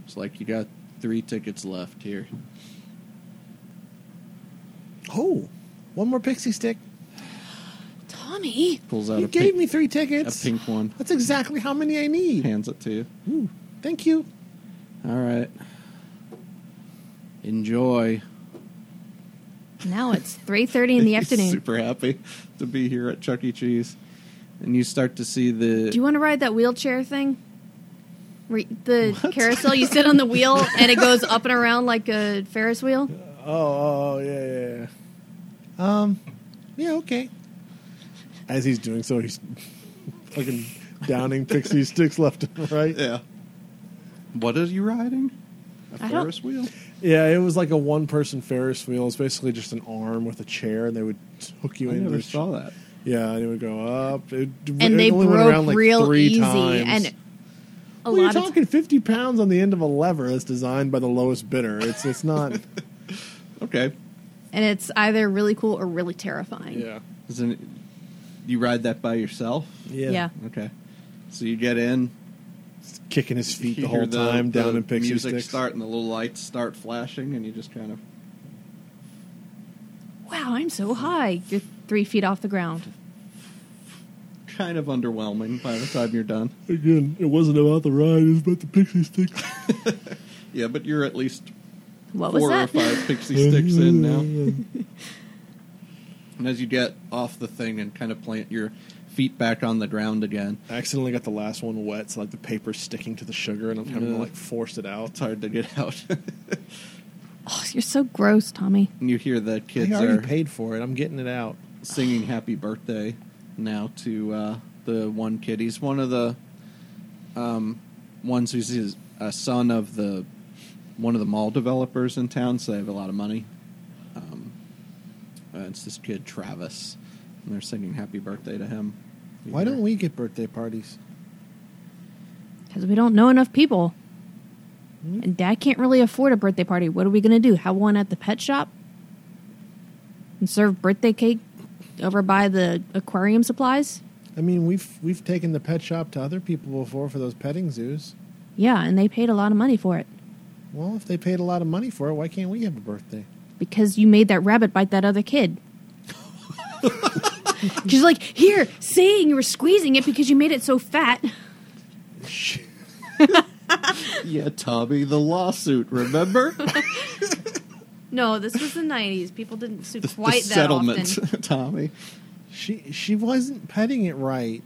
[SPEAKER 2] It's like you got three tickets left here.
[SPEAKER 5] Oh, one more pixie stick.
[SPEAKER 1] Tommy,
[SPEAKER 2] Pulls out
[SPEAKER 5] You
[SPEAKER 2] a
[SPEAKER 5] gave
[SPEAKER 2] pink,
[SPEAKER 5] me three
[SPEAKER 2] a
[SPEAKER 5] tickets.
[SPEAKER 2] pink one.
[SPEAKER 5] That's exactly how many I need.
[SPEAKER 2] Hands it to you.
[SPEAKER 5] Ooh, thank you.
[SPEAKER 2] All right. Enjoy.
[SPEAKER 1] now it's 3.30 in the
[SPEAKER 2] He's
[SPEAKER 1] afternoon.
[SPEAKER 2] Super happy to be here at Chuck E. Cheese, and you start to see the.
[SPEAKER 1] Do you want to ride that wheelchair thing? Where the carousel, you sit on the wheel and it goes up and around like a Ferris wheel?
[SPEAKER 4] Oh, oh, yeah, yeah, yeah.
[SPEAKER 5] Um, yeah, okay.
[SPEAKER 4] As he's doing so, he's fucking downing pixie sticks left and right.
[SPEAKER 2] yeah. What are you riding? A
[SPEAKER 1] I don't-
[SPEAKER 2] Ferris wheel.
[SPEAKER 4] Yeah, it was like a one person Ferris wheel. It's basically just an arm with a chair, and they would hook you
[SPEAKER 2] I
[SPEAKER 4] into
[SPEAKER 2] never
[SPEAKER 4] the ch-
[SPEAKER 2] saw that.
[SPEAKER 4] Yeah, and it would go up. It,
[SPEAKER 1] and
[SPEAKER 4] it
[SPEAKER 1] they
[SPEAKER 4] only went
[SPEAKER 1] broke
[SPEAKER 4] around, like,
[SPEAKER 1] real
[SPEAKER 4] three
[SPEAKER 1] easy.
[SPEAKER 4] times.
[SPEAKER 1] And a
[SPEAKER 4] well, you're
[SPEAKER 1] lot of
[SPEAKER 4] talking 50 pounds on the end of a lever that's designed by the lowest bidder. It's it's not.
[SPEAKER 2] Okay.
[SPEAKER 1] and it's either really cool or really terrifying.
[SPEAKER 4] yeah.
[SPEAKER 2] Isn't it, you ride that by yourself?
[SPEAKER 1] Yeah.
[SPEAKER 2] Okay. So you get in,
[SPEAKER 4] Kicking his feet
[SPEAKER 2] you
[SPEAKER 4] the whole
[SPEAKER 2] hear
[SPEAKER 4] time
[SPEAKER 2] the
[SPEAKER 4] down in pixie
[SPEAKER 2] music
[SPEAKER 4] sticks.
[SPEAKER 2] start and the little lights start flashing, and you just kind of
[SPEAKER 1] Wow, I'm so high. You're three feet off the ground.
[SPEAKER 2] kind of underwhelming by the time you're done.
[SPEAKER 4] Again, it wasn't about the ride, it was about the pixie sticks.
[SPEAKER 2] Yeah, but you're at least
[SPEAKER 1] What was
[SPEAKER 2] four or
[SPEAKER 1] that?
[SPEAKER 2] five pixie sticks in now. And as you get off the thing and kind of plant your feet back on the ground again,
[SPEAKER 4] I accidentally got the last one wet, so like the paper's sticking to the sugar, and I'm having
[SPEAKER 2] Yeah.
[SPEAKER 4] to like force it out.
[SPEAKER 2] it's hard to get out.
[SPEAKER 1] Oh, you're so gross, Tommy.
[SPEAKER 2] and you hear the kids
[SPEAKER 5] I already
[SPEAKER 2] are
[SPEAKER 5] paid for it. I'm getting it out.
[SPEAKER 2] singing happy birthday now to uh, the one kid. He's one of the um, ones who's his, a son of the one of the mall developers in town, so they have a lot of money. Um, uh, it's this kid Travis, and they're singing happy birthday to him.
[SPEAKER 5] Why don't we get birthday parties?
[SPEAKER 1] Because we don't know enough people.
[SPEAKER 4] Hmm?
[SPEAKER 1] And dad can't really afford a birthday party. What are we going to do? Have one at the pet shop? And serve birthday cake over by the aquarium supplies?
[SPEAKER 5] I mean, we've we've taken the pet shop to other people before for those petting zoos.
[SPEAKER 1] Yeah, and they paid a lot of money for it.
[SPEAKER 5] Well, if they paid a lot of money for it, why can't we have a birthday?
[SPEAKER 1] Because you made that rabbit bite that other kid. She's like, here, see, and you were squeezing it because you made it so fat.
[SPEAKER 2] Yeah, Tommy, the lawsuit. Remember
[SPEAKER 1] No, this was the 90s. People didn't sue
[SPEAKER 2] the
[SPEAKER 1] quite that
[SPEAKER 2] settlement,
[SPEAKER 1] often.
[SPEAKER 2] Tommy.
[SPEAKER 5] She she wasn't petting it right.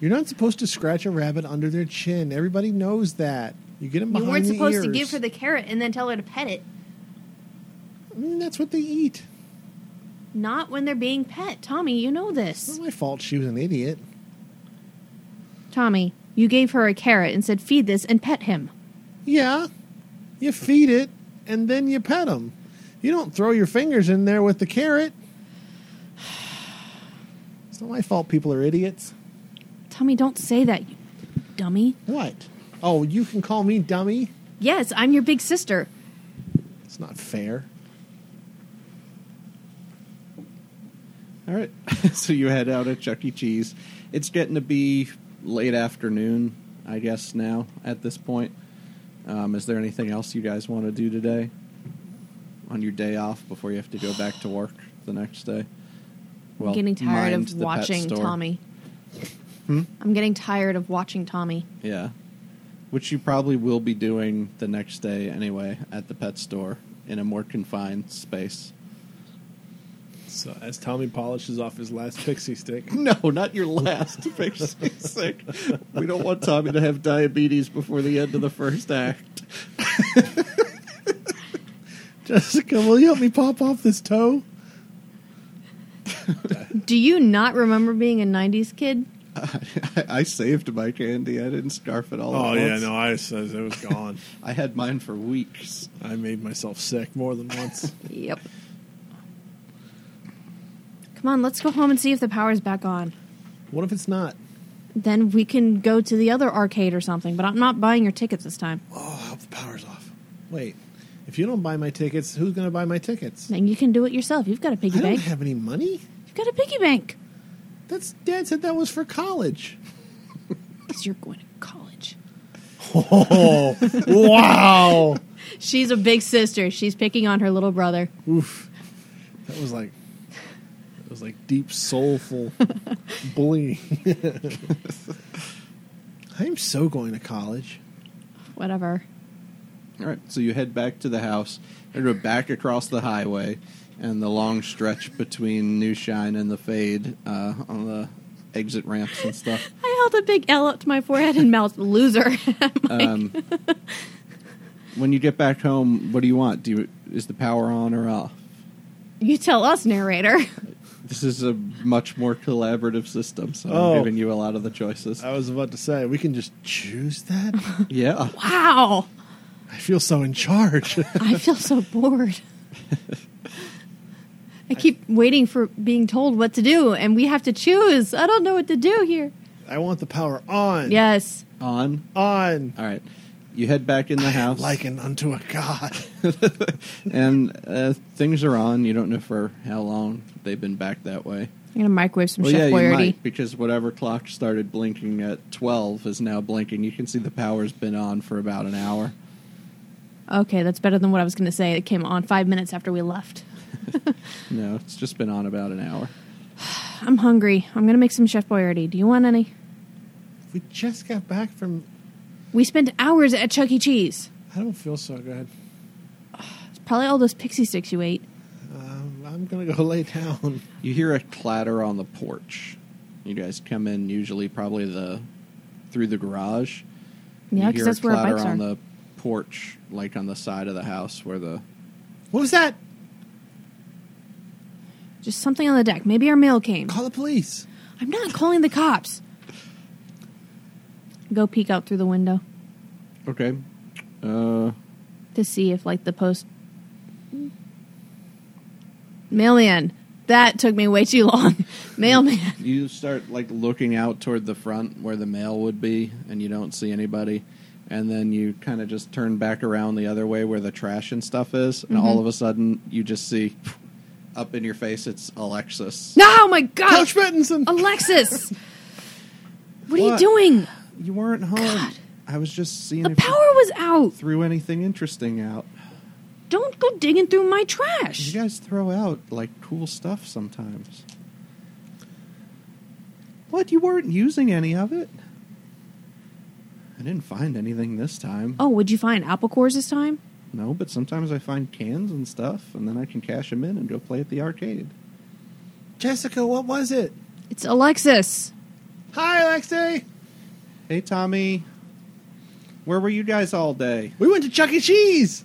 [SPEAKER 5] You're not supposed to scratch a rabbit under their chin. Everybody knows that. You get them
[SPEAKER 1] You
[SPEAKER 5] behind
[SPEAKER 1] weren't
[SPEAKER 5] the
[SPEAKER 1] supposed to
[SPEAKER 5] ears.
[SPEAKER 1] give her the carrot and then tell her to pet it.
[SPEAKER 5] I mean, Mm, that's what they eat.
[SPEAKER 1] Not when they're being pet. Tommy, you know
[SPEAKER 5] It's
[SPEAKER 1] this.
[SPEAKER 5] not my fault. She was an idiot.
[SPEAKER 1] Tommy, you gave her a carrot and said, feed this and pet him.
[SPEAKER 5] Yeah, you feed it and then you pet them. You don't throw your fingers in there with the carrot. It's not my fault. People are idiots.
[SPEAKER 1] Tommy, don't say that, you dummy.
[SPEAKER 5] What? Oh, you can call me dummy.
[SPEAKER 1] Yes, I'm your big sister.
[SPEAKER 5] It's not fair.
[SPEAKER 2] All right. so you head out at Chuck E. Cheese. It's getting to be late afternoon, I guess, now at this point. Um, is there anything else you guys want to do today on your day off before you have to go back to work the next day?
[SPEAKER 1] I'm getting tired
[SPEAKER 2] mind
[SPEAKER 1] of
[SPEAKER 2] the pet
[SPEAKER 1] watching
[SPEAKER 2] store. Hmm?
[SPEAKER 1] Tommy. I'm getting tired of watching Tommy.
[SPEAKER 2] Yeah. Which you probably will be doing the next day anyway at the pet store in a more confined space.
[SPEAKER 4] So as Tommy polishes off his last pixie stick,
[SPEAKER 2] No, not your last picture. sick. We don't want Tommy to have diabetes before the end of the first act.
[SPEAKER 5] Jessica, will you help me pop off this toe?
[SPEAKER 1] Do you not remember being a 90s kid?
[SPEAKER 2] I, I saved my candy. I didn't scarf it all.
[SPEAKER 4] oh
[SPEAKER 2] at
[SPEAKER 4] yeah,
[SPEAKER 2] once.
[SPEAKER 4] no, I says it was gone.
[SPEAKER 2] I had mine for weeks.
[SPEAKER 4] I made myself sick more than once.
[SPEAKER 1] Yep. Come on, let's go home and see if the power's back on.
[SPEAKER 5] What if it's not?
[SPEAKER 1] Then we can go to the other arcade or something, but I'm not buying your tickets this time.
[SPEAKER 5] Oh, I hope the power's off. Wait, if you don't buy my tickets, who's going to buy my tickets?
[SPEAKER 1] And you can do it yourself. You've got a
[SPEAKER 5] I
[SPEAKER 1] piggy
[SPEAKER 5] don't
[SPEAKER 1] bank.
[SPEAKER 5] have any money.
[SPEAKER 1] You've got a piggy bank.
[SPEAKER 5] That's Dad said that was for college.
[SPEAKER 1] Because you're going to college.
[SPEAKER 5] Oh, wow!
[SPEAKER 1] She's a big sister. She's picking on her little brother.
[SPEAKER 4] Oof, that was like that was like deep soulful bullying.
[SPEAKER 5] I'm so going to college.
[SPEAKER 1] Whatever.
[SPEAKER 2] All right, so you head back to the house. You go back across the highway, and the long stretch between New Shine and the Fade uh, on the exit ramps and stuff.
[SPEAKER 1] I held a big L up to my forehead and mouthed loser.
[SPEAKER 2] Um, when you get back home, what do you want? Do you, is the power on or off?
[SPEAKER 1] you tell us, narrator.
[SPEAKER 2] This is a much more collaborative system, so
[SPEAKER 4] Oh.
[SPEAKER 2] I'm giving you a lot of the choices.
[SPEAKER 4] I was about to say we can just choose that.
[SPEAKER 2] Yeah.
[SPEAKER 1] Wow.
[SPEAKER 4] I feel so in charge.
[SPEAKER 1] I feel so bored. I keep waiting for being told what to do, and we have to choose. I don't know what to do here.
[SPEAKER 5] I want the power on.
[SPEAKER 1] Yes.
[SPEAKER 2] On.
[SPEAKER 5] On.
[SPEAKER 2] All right. You head back in the house.
[SPEAKER 5] Likened unto a god.
[SPEAKER 2] and uh, things are on. You don't know for how long they've been back that way.
[SPEAKER 1] I'm going to microwave some
[SPEAKER 2] Well,
[SPEAKER 1] Chef
[SPEAKER 2] yeah, you
[SPEAKER 1] Boyardee.
[SPEAKER 2] might because whatever clock started blinking at twelve is now blinking. You can see the power's been on for about an hour.
[SPEAKER 1] Okay, that's better than what I was going to say. It came on five minutes after we left.
[SPEAKER 2] No, it's just been on about an hour.
[SPEAKER 1] I'm hungry. I'm going to make some Chef Boyardee. Do you want any?
[SPEAKER 5] we just got back from.
[SPEAKER 1] We spent hours at Chuck E. Cheese.
[SPEAKER 5] I don't feel so good.
[SPEAKER 1] It's probably all those pixie sticks you ate.
[SPEAKER 5] Um, I'm going to go lay down.
[SPEAKER 2] You hear a clatter on the porch. You guys come in usually probably the through the garage.
[SPEAKER 1] Yeah,
[SPEAKER 2] You
[SPEAKER 1] because
[SPEAKER 2] hear
[SPEAKER 1] that's
[SPEAKER 2] a
[SPEAKER 1] where our
[SPEAKER 2] clatter
[SPEAKER 1] bikes are.
[SPEAKER 2] on the porch, like on the side of the house where the
[SPEAKER 5] What was that?
[SPEAKER 1] Just something on the deck. Maybe our mail came.
[SPEAKER 5] Call the police.
[SPEAKER 1] I'm not calling the cops. Go peek out through the window
[SPEAKER 2] okay. Uh,
[SPEAKER 1] to see if, like, the post. Mailman. That took me way too long. Mailman.
[SPEAKER 2] you start like looking out toward the front where the mail would be, and you don't see anybody. And then you kind of just turn back around the other way where the trash and stuff is, and
[SPEAKER 1] Mm-hmm.
[SPEAKER 2] all of a sudden you just see up in your face it's Alexis.
[SPEAKER 1] No, oh my God.
[SPEAKER 5] Coach Bettinson.
[SPEAKER 1] Alexis! what are you
[SPEAKER 2] What?
[SPEAKER 1] doing?
[SPEAKER 2] You weren't home.
[SPEAKER 1] God.
[SPEAKER 2] I was just seeing
[SPEAKER 1] The
[SPEAKER 2] if
[SPEAKER 1] power
[SPEAKER 2] you
[SPEAKER 1] was out.
[SPEAKER 2] threw anything interesting out.
[SPEAKER 1] Don't go digging through my trash.
[SPEAKER 2] You guys throw out like cool stuff sometimes. What? You weren't using any of it? I didn't find anything this time.
[SPEAKER 1] Oh, would you find apple cores this time?
[SPEAKER 2] No, but sometimes I find cans and stuff, and then I can cash them in and go play at the arcade.
[SPEAKER 5] Jessica, what was it?
[SPEAKER 1] It's Alexis.
[SPEAKER 5] Hi, Alexei.
[SPEAKER 2] Hey, Tommy. Where were you guys all day?
[SPEAKER 5] We went to Chuck E. Cheese.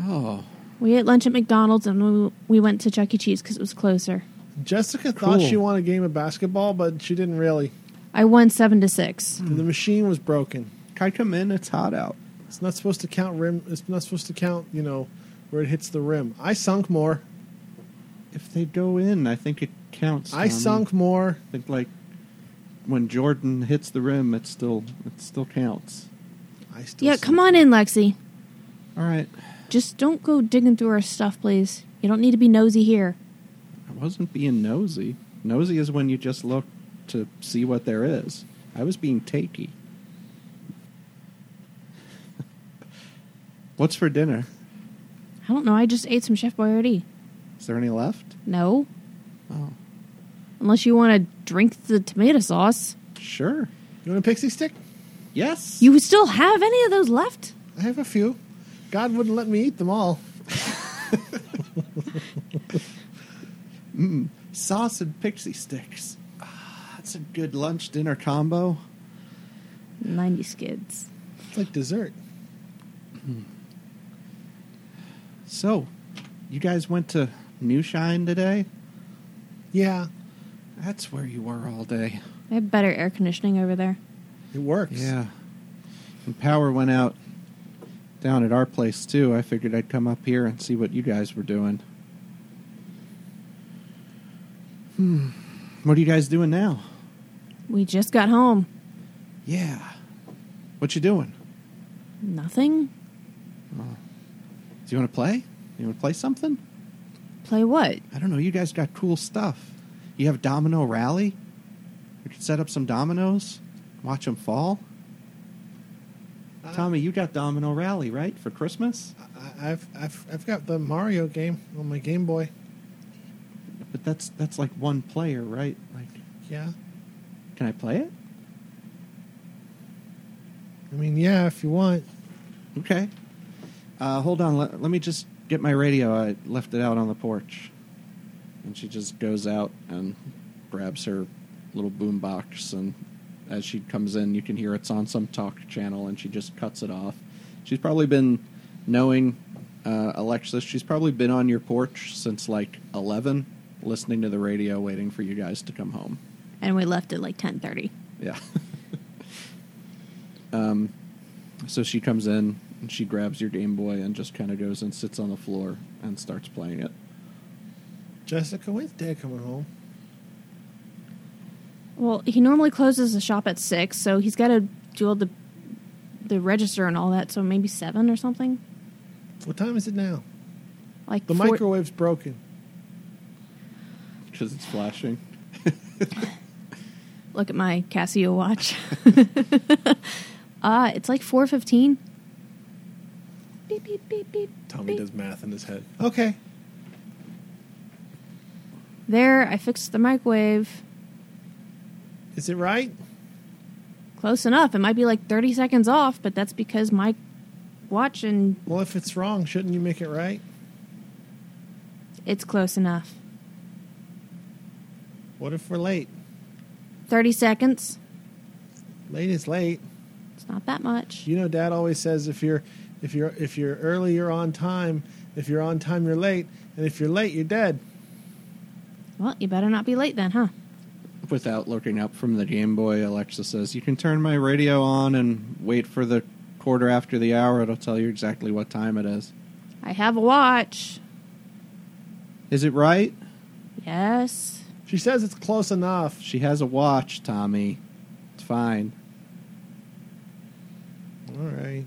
[SPEAKER 2] Oh,
[SPEAKER 1] We ate lunch at McDonald's and we, we went to Chuck E. Cheese because it was closer.
[SPEAKER 5] Jessica thought
[SPEAKER 2] Cool.
[SPEAKER 5] she won a game of basketball, but she didn't really.
[SPEAKER 1] I won seven to six.
[SPEAKER 2] Hmm.
[SPEAKER 5] The machine was broken.
[SPEAKER 2] can I come in? It's hot out.
[SPEAKER 5] It's not supposed to count rim. It's not supposed to count, you know, where it hits the rim. I sunk more.
[SPEAKER 2] If they go in, I think it counts.
[SPEAKER 5] I
[SPEAKER 2] Tommy.
[SPEAKER 5] sunk more.
[SPEAKER 2] I think like when Jordan hits the rim, it still it still counts.
[SPEAKER 5] I still
[SPEAKER 1] Yeah,
[SPEAKER 5] sunk.
[SPEAKER 1] come on in, Lexi.
[SPEAKER 2] All right,
[SPEAKER 1] Just don't go digging through our stuff, please. You don't need to be nosy here.
[SPEAKER 2] I wasn't being nosy. Nosy is when you just look to see what there is. I was being takey. What's for dinner?
[SPEAKER 1] I don't know. I just ate some Chef Boyardee.
[SPEAKER 2] Is there any left?
[SPEAKER 1] No,
[SPEAKER 2] Oh,
[SPEAKER 1] unless you want to drink the tomato sauce.
[SPEAKER 2] sure.
[SPEAKER 5] You want a pixie stick?
[SPEAKER 2] Yes.
[SPEAKER 1] You still have any of those left?
[SPEAKER 5] I have a few. God wouldn't let me eat them all.
[SPEAKER 2] sauce and pixie sticks. Ah, that's a good lunch dinner combo.
[SPEAKER 1] 90s kids.
[SPEAKER 5] It's like dessert.
[SPEAKER 2] So, you guys went to Newshine today?
[SPEAKER 5] Yeah,
[SPEAKER 2] That's where you were all day.
[SPEAKER 1] They have better air conditioning over there.
[SPEAKER 5] it works.
[SPEAKER 2] Yeah. And power went out down at our place too. I figured I'd come up here and see what you guys were doing. Hmm. What are you guys doing now?
[SPEAKER 1] We just got home.
[SPEAKER 2] Yeah. What you doing?
[SPEAKER 1] Nothing?
[SPEAKER 2] Do you want to play? You want to play something?
[SPEAKER 1] Play what?
[SPEAKER 2] I don't know. You guys got cool stuff. You have domino rally. We could set up some dominoes, watch them fall.
[SPEAKER 5] I-
[SPEAKER 2] Tommy, you got domino rally right for Christmas,
[SPEAKER 5] I, I've, I've I've got the Mario game on my Game Boy.
[SPEAKER 2] but that's that's like one player, right? Like,
[SPEAKER 5] Yeah,
[SPEAKER 2] can I play it?
[SPEAKER 5] I mean, yeah, if you want.
[SPEAKER 2] Okay. Uh, hold on. Let, let me just get my radio. I left it out on the porch. And she just goes out and grabs her little boom box. And as she comes in, you can hear it's on some talk channel, and she just cuts it off. She's probably been knowing uh, Alexis. She's probably been on your porch since like 11, listening to the radio, waiting for you guys to come home.
[SPEAKER 1] And we left at like 10.30.
[SPEAKER 2] Yeah. um, so she comes in and she grabs your Game Boy and just kind of goes and sits on the floor and starts playing it.
[SPEAKER 4] Jessica, when's Dad coming home?
[SPEAKER 1] Well, he normally closes the shop at six, so he's got to do all the the register and all that. So maybe seven or something.
[SPEAKER 4] What time is it now?
[SPEAKER 1] Like
[SPEAKER 4] The
[SPEAKER 1] four-
[SPEAKER 4] microwave's broken.
[SPEAKER 2] because it's flashing.
[SPEAKER 1] Look at my Casio watch. uh, it's like four fifteen. Beep beep beep beep.
[SPEAKER 6] Tommy
[SPEAKER 1] beep.
[SPEAKER 6] does math in his head.
[SPEAKER 4] Okay.
[SPEAKER 1] There, I fixed the microwave.
[SPEAKER 4] Is it right?
[SPEAKER 1] Close enough. It might be like thirty seconds off, but that's because my watch and
[SPEAKER 4] Well, if it's wrong, shouldn't you make it right?
[SPEAKER 1] it's close enough.
[SPEAKER 4] What if we're late?
[SPEAKER 1] Thirty seconds.
[SPEAKER 4] Late is late.
[SPEAKER 1] It's not that much.
[SPEAKER 4] You know, Dad always says if you're if you're if you're early, you're on time. If you're on time, you're late, and if you're late, you're dead.
[SPEAKER 1] Well, you better not be late then, huh?
[SPEAKER 2] Without looking up from the Game Boy, Alexa says, You can turn my radio on and wait for the quarter after the hour. It'll tell you exactly what time it is.
[SPEAKER 1] I have a watch.
[SPEAKER 2] Is it right?
[SPEAKER 1] Yes.
[SPEAKER 4] She says it's close enough.
[SPEAKER 2] She has a watch, Tommy. It's fine.
[SPEAKER 4] All right.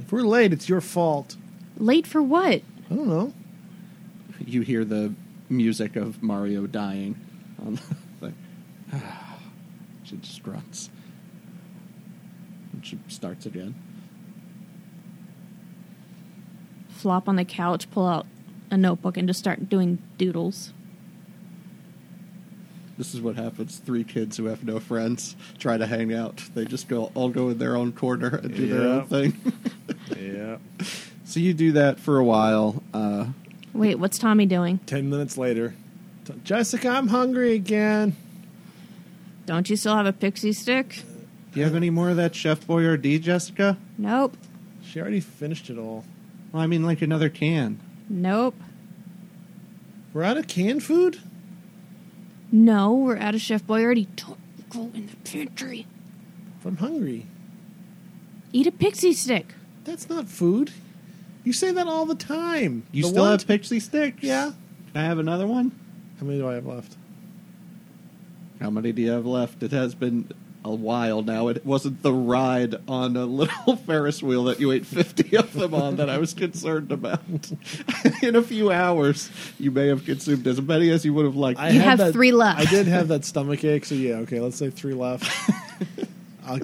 [SPEAKER 4] If we're late, it's your fault.
[SPEAKER 1] Late for what?
[SPEAKER 4] I don't know.
[SPEAKER 2] You hear the music of Mario dying on the thing. she just grunts. And she starts again.
[SPEAKER 1] Flop on the couch, pull out a notebook, and just start doing doodles.
[SPEAKER 2] This is what happens. Three kids who have no friends try to hang out. They just go all go in their own corner and do their own
[SPEAKER 6] Yep.
[SPEAKER 2] thing.
[SPEAKER 6] Yeah.
[SPEAKER 2] so you do that for a while. Uh,
[SPEAKER 1] Wait, what's Tommy doing?
[SPEAKER 6] Ten minutes later,
[SPEAKER 4] T- Jessica, I'm hungry again.
[SPEAKER 1] Don't you still have a pixie stick?
[SPEAKER 2] do you have any more of that Chef Boyardee, Jessica?
[SPEAKER 1] Nope.
[SPEAKER 4] She already finished it all.
[SPEAKER 2] Well, I mean, like another can.
[SPEAKER 1] Nope.
[SPEAKER 4] We're out of canned food?
[SPEAKER 1] No, we're out of Chef Boyardee. Don't go in the pantry.
[SPEAKER 4] I'm hungry.
[SPEAKER 1] Eat a pixie stick.
[SPEAKER 4] That's not food. You say that all the time.
[SPEAKER 2] You
[SPEAKER 4] The
[SPEAKER 2] still
[SPEAKER 4] one
[SPEAKER 2] have
[SPEAKER 4] t-
[SPEAKER 2] pixie sticks?
[SPEAKER 4] Yeah.
[SPEAKER 2] Can I have another one?
[SPEAKER 4] How many do I have left?
[SPEAKER 2] How many do you have left? It has been a while now. It wasn't the ride on a little Ferris wheel that you ate 50 of them on that I was concerned about. In a few hours, you may have consumed as many as you would have liked.
[SPEAKER 4] I
[SPEAKER 1] You
[SPEAKER 4] had
[SPEAKER 1] have three left.
[SPEAKER 4] I did have that stomach ache, so yeah, okay, let's say three left. I'll,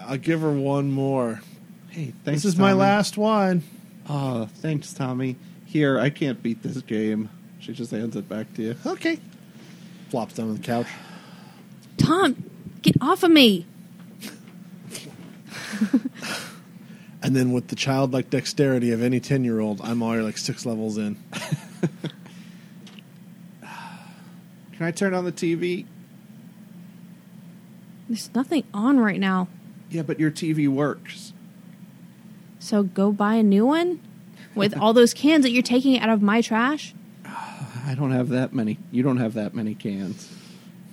[SPEAKER 4] I'll give her one more.
[SPEAKER 2] hey, thanks.
[SPEAKER 4] this is my
[SPEAKER 2] Tommy.
[SPEAKER 4] last one.
[SPEAKER 2] Oh, thanks, Tommy. Here, I can't beat this game. She just hands it back to you.
[SPEAKER 4] Okay. Flops down on the couch.
[SPEAKER 1] Tom, get off of me.
[SPEAKER 4] And then with the childlike dexterity of any 10 year old, I'm already like six levels in.
[SPEAKER 2] Can I turn on the TV?
[SPEAKER 1] There's nothing on right now.
[SPEAKER 2] Yeah, but your TV works.
[SPEAKER 1] So go buy a new one with all those cans that you're taking out of my trash.
[SPEAKER 2] I don't have that many. You don't have that many cans.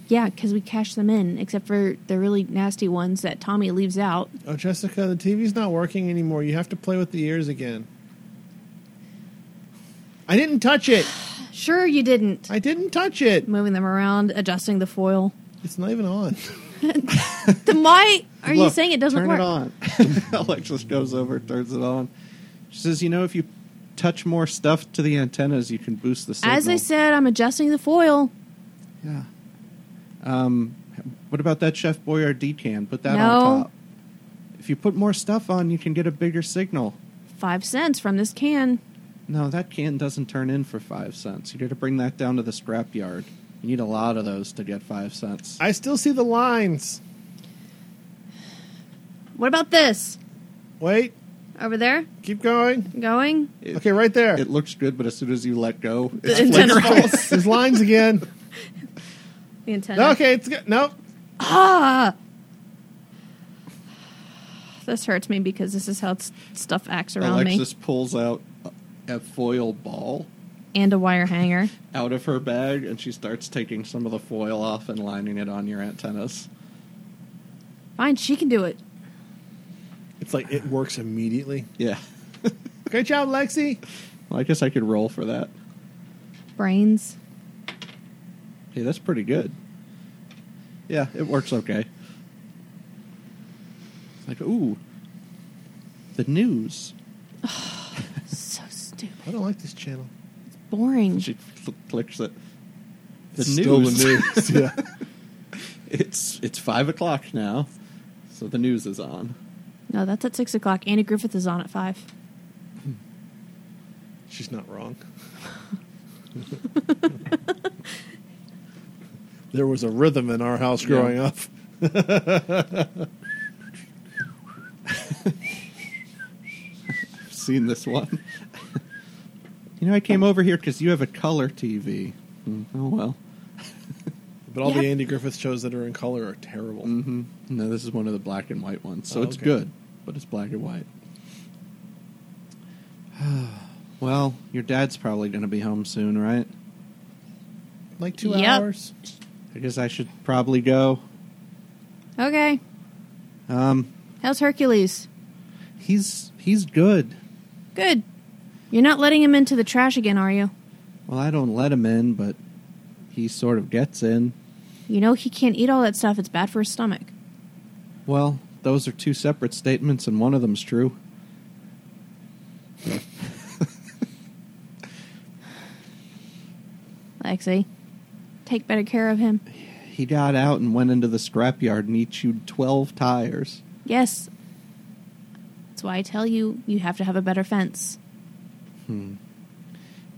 [SPEAKER 1] Yeah, because we cash them in, except for the really nasty ones that Tommy leaves out.
[SPEAKER 4] Oh, Jessica, the TV's not working anymore. You have to play with the ears again. I didn't touch it.
[SPEAKER 1] Sure, you didn't.
[SPEAKER 4] I didn't touch it.
[SPEAKER 1] Moving them around, adjusting the foil.
[SPEAKER 4] It's not even on.
[SPEAKER 1] Then why are you
[SPEAKER 2] Look,
[SPEAKER 1] saying it doesn't
[SPEAKER 2] turn
[SPEAKER 1] work?
[SPEAKER 2] it on. Alexis goes over, turns it on. She says, "You know, if you touch more stuff to the antennas, you can boost the signal."
[SPEAKER 1] As I said, I'm adjusting the foil.
[SPEAKER 2] yeah. Um, what about that Chef Boyardee can? Put that on
[SPEAKER 1] No.
[SPEAKER 2] top. If you put more stuff on, you can get a bigger signal.
[SPEAKER 1] Five cents from this can.
[SPEAKER 2] No, that can doesn't turn in for five cents. You got to bring that down to the scrap yard. You need a lot of those to get five cents.
[SPEAKER 4] I still see the lines.
[SPEAKER 1] What about this?
[SPEAKER 4] Wait,
[SPEAKER 1] Over there?
[SPEAKER 4] keep going.
[SPEAKER 1] Going?
[SPEAKER 2] It-
[SPEAKER 4] Okay, right there.
[SPEAKER 2] It looks good, but as soon as you let go,
[SPEAKER 1] The
[SPEAKER 2] it's
[SPEAKER 1] antenna
[SPEAKER 2] flickering.
[SPEAKER 1] falls.
[SPEAKER 4] There's lines again.
[SPEAKER 1] The antenna.
[SPEAKER 4] Okay, it's good. Nope.
[SPEAKER 1] Ah! This hurts me because this is how s- stuff acts around
[SPEAKER 2] Alexis pulls out a foil ball
[SPEAKER 1] me. And a wire hanger.
[SPEAKER 2] out of her bag and she starts taking some of the foil off and lining it on your antennas.
[SPEAKER 1] Fine, she can do it.
[SPEAKER 4] It's like it works immediately.
[SPEAKER 2] Yeah.
[SPEAKER 4] Great job, Lexi.
[SPEAKER 2] Well, I guess I could roll for that.
[SPEAKER 1] Brains.
[SPEAKER 2] Hey, that's pretty good. Yeah, it works okay. Like, ooh, the news.
[SPEAKER 1] So stupid.
[SPEAKER 5] I don't like this channel.
[SPEAKER 1] It's boring.
[SPEAKER 2] She fl- clicks it. The
[SPEAKER 4] It's
[SPEAKER 2] news.
[SPEAKER 4] still the news. yeah.
[SPEAKER 2] it's it's five o'clock now, so the news is on.
[SPEAKER 1] No, that's at six o'clock. Andy Griffith is on at five.
[SPEAKER 4] She's not wrong. there was a rhythm in our house growing
[SPEAKER 2] Yeah.
[SPEAKER 4] up.
[SPEAKER 2] I've seen this one. you know, I came over here because you have a color TV. Mm, Oh well.
[SPEAKER 4] But all the
[SPEAKER 1] Yeah.
[SPEAKER 4] Andy Griffith shows that are in color are terrible.
[SPEAKER 2] hmm No, this is one of the black and white ones, so
[SPEAKER 4] Oh,
[SPEAKER 2] it's
[SPEAKER 4] okay.
[SPEAKER 2] good, but it's black and white. well, your dad's probably going to be home soon, right?
[SPEAKER 5] Like two
[SPEAKER 1] Yep.
[SPEAKER 5] hours.
[SPEAKER 2] I guess I should probably go.
[SPEAKER 1] Okay.
[SPEAKER 2] Um,
[SPEAKER 1] How's Hercules?
[SPEAKER 2] he's he's good.
[SPEAKER 1] Good. You're not letting him into the trash again, are you?
[SPEAKER 2] Well, I don't let him in, but he sort of gets in.
[SPEAKER 1] You know he can't eat all that stuff. It's bad for his stomach.
[SPEAKER 2] Well, those are two separate statements, and one of them's true.
[SPEAKER 1] Lexi, take better care of him.
[SPEAKER 2] He got out and went into the scrapyard, and he chewed twelve tires.
[SPEAKER 1] Yes. That's why I tell you, you have to have a better fence.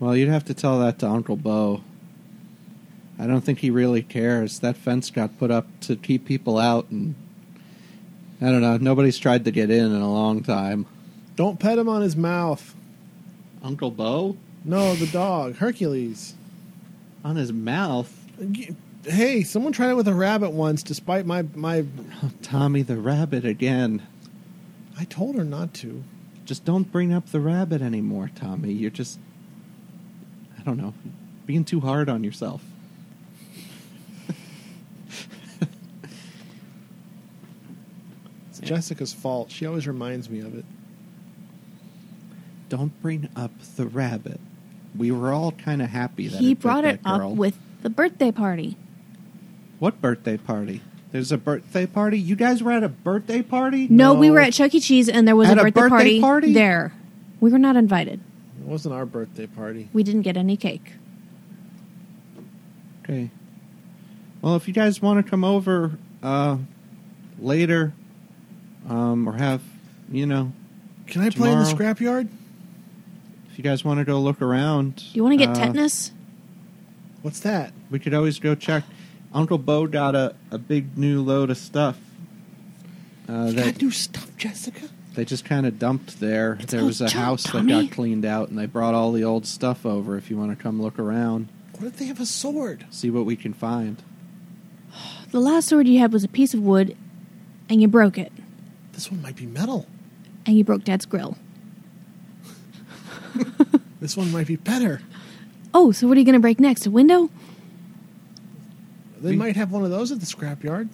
[SPEAKER 2] Well, you'd have to tell that to Uncle Bo. I don't think he really cares. That fence got put up to keep people out, and I don't know. Nobody's tried to get in in a long time.
[SPEAKER 5] Don't pet him on his mouth.
[SPEAKER 2] Uncle Bo
[SPEAKER 5] No, the dog. Hercules.
[SPEAKER 2] on his mouth.
[SPEAKER 5] Hey, someone tried it with a rabbit once despite my my
[SPEAKER 2] Oh, Tommy the rabbit again.
[SPEAKER 5] I told her not to.
[SPEAKER 2] Just don't bring up the rabbit anymore, Tommy. You're just I don't know, being too hard on yourself.
[SPEAKER 5] It's Jessica's fault. She always reminds me of it.
[SPEAKER 2] Don't bring up the rabbit. We were all kind of happy that
[SPEAKER 1] He
[SPEAKER 2] it bit
[SPEAKER 1] brought it
[SPEAKER 2] that
[SPEAKER 1] up
[SPEAKER 2] girl.
[SPEAKER 1] with the birthday party.
[SPEAKER 2] What birthday party? There's a birthday party. You guys were at a birthday party?
[SPEAKER 1] No, we
[SPEAKER 5] No.
[SPEAKER 1] were at Chuck E. Cheese and there was
[SPEAKER 2] At
[SPEAKER 1] a
[SPEAKER 2] a
[SPEAKER 1] birthday,
[SPEAKER 2] birthday
[SPEAKER 1] party,
[SPEAKER 2] party?
[SPEAKER 1] there. We were not invited.
[SPEAKER 5] It wasn't our birthday party.
[SPEAKER 1] We didn't get any cake.
[SPEAKER 2] Okay. Well, if you guys want to come over uh, later, um, or have, you know,
[SPEAKER 5] Can I play in the
[SPEAKER 2] Tomorrow.
[SPEAKER 5] scrapyard?
[SPEAKER 2] if you guys want to go look around,
[SPEAKER 1] Do you want to get
[SPEAKER 2] uh,
[SPEAKER 1] tetanus?
[SPEAKER 5] What's that?
[SPEAKER 2] We could always go check. Uncle Bo got a, a big new load of stuff. Uh, that
[SPEAKER 5] new stuff, Jessica.
[SPEAKER 2] they just kind of dumped there.
[SPEAKER 1] It's
[SPEAKER 2] there
[SPEAKER 1] old
[SPEAKER 2] was a
[SPEAKER 1] junk,
[SPEAKER 2] house that
[SPEAKER 1] Tommy.
[SPEAKER 2] got cleaned out, and they brought all the old stuff over. If you want to come look around,
[SPEAKER 5] What if they have a sword?
[SPEAKER 2] see what we can find.
[SPEAKER 1] The last sword you had was a piece of wood and you broke it.
[SPEAKER 5] This one might be metal.
[SPEAKER 1] And you broke Dad's grill.
[SPEAKER 5] This one might be better.
[SPEAKER 1] Oh, so what are you going to break next? A window?
[SPEAKER 5] They might have one of those at the scrapyard.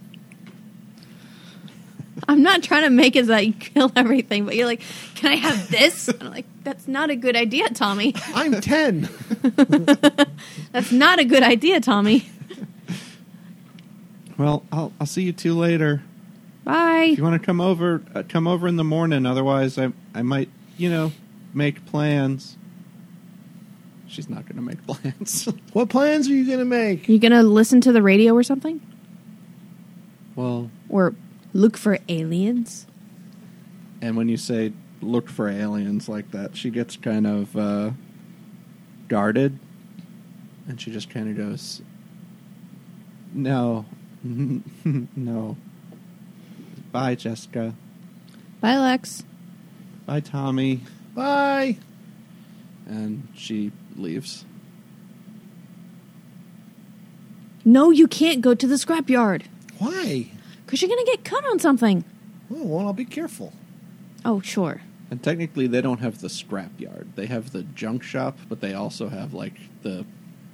[SPEAKER 1] I'm not trying to make it like kill everything, but you're like, can I have this? And I'm like, that's not a good idea, Tommy.
[SPEAKER 5] I'm ten.
[SPEAKER 1] That's not a good idea, Tommy.
[SPEAKER 2] Well, I'll I'll see you two later.
[SPEAKER 1] Bye.
[SPEAKER 2] If you want to come over, uh, come over in the morning. Otherwise, I I might you know make plans. She's not going to make plans.
[SPEAKER 5] what plans are you gonna make?
[SPEAKER 1] You gonna listen to the radio or something?
[SPEAKER 2] well,
[SPEAKER 1] Or look for aliens?
[SPEAKER 2] and when you say look for aliens like that, she gets kind of uh, guarded, and she just kind of goes, "No, no." Bye, Jessica.
[SPEAKER 1] Bye, Lex.
[SPEAKER 2] Bye, Tommy.
[SPEAKER 5] Bye.
[SPEAKER 2] And she leaves.
[SPEAKER 1] No, you can't go to the scrapyard
[SPEAKER 5] Why?
[SPEAKER 1] because you're gonna get cut on something.
[SPEAKER 5] Oh, well, I'll be careful.
[SPEAKER 1] Oh, sure.
[SPEAKER 2] And technically, they don't have the scrap yard. They have the junk shop, but they also have like the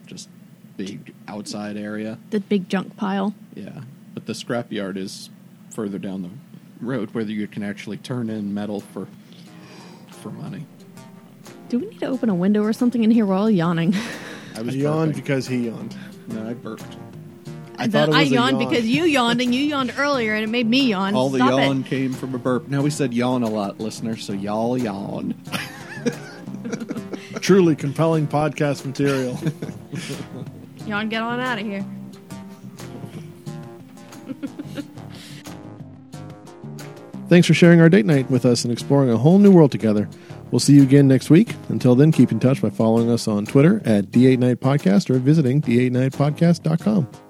[SPEAKER 2] just big outside area.
[SPEAKER 1] The big junk pile.
[SPEAKER 2] Yeah, but the scrap yard is further down the road, where you can actually turn in metal for for money.
[SPEAKER 1] Do we need to open a window or something in here? We're all yawning.
[SPEAKER 2] I
[SPEAKER 4] I
[SPEAKER 2] was
[SPEAKER 4] yawned
[SPEAKER 2] burping.
[SPEAKER 4] because he yawned.
[SPEAKER 2] No, I burped.
[SPEAKER 5] I thought it was
[SPEAKER 1] uh, I
[SPEAKER 5] a
[SPEAKER 1] yawned
[SPEAKER 5] yawn.
[SPEAKER 1] because you yawned and you yawned earlier and it made me yawn.
[SPEAKER 2] All the
[SPEAKER 1] Stop
[SPEAKER 2] yawn
[SPEAKER 1] It.
[SPEAKER 2] came from a burp. Now we said yawn a lot, listeners, so y'all yawn.
[SPEAKER 4] Truly compelling podcast material.
[SPEAKER 1] Yawn, get on out of here.
[SPEAKER 4] Thanks for sharing our date night with us and exploring a whole new world together. We'll see you again next week. Until then, keep in touch by following us on Twitter at D8 Night Podcast or visiting D8NightPodcast.com.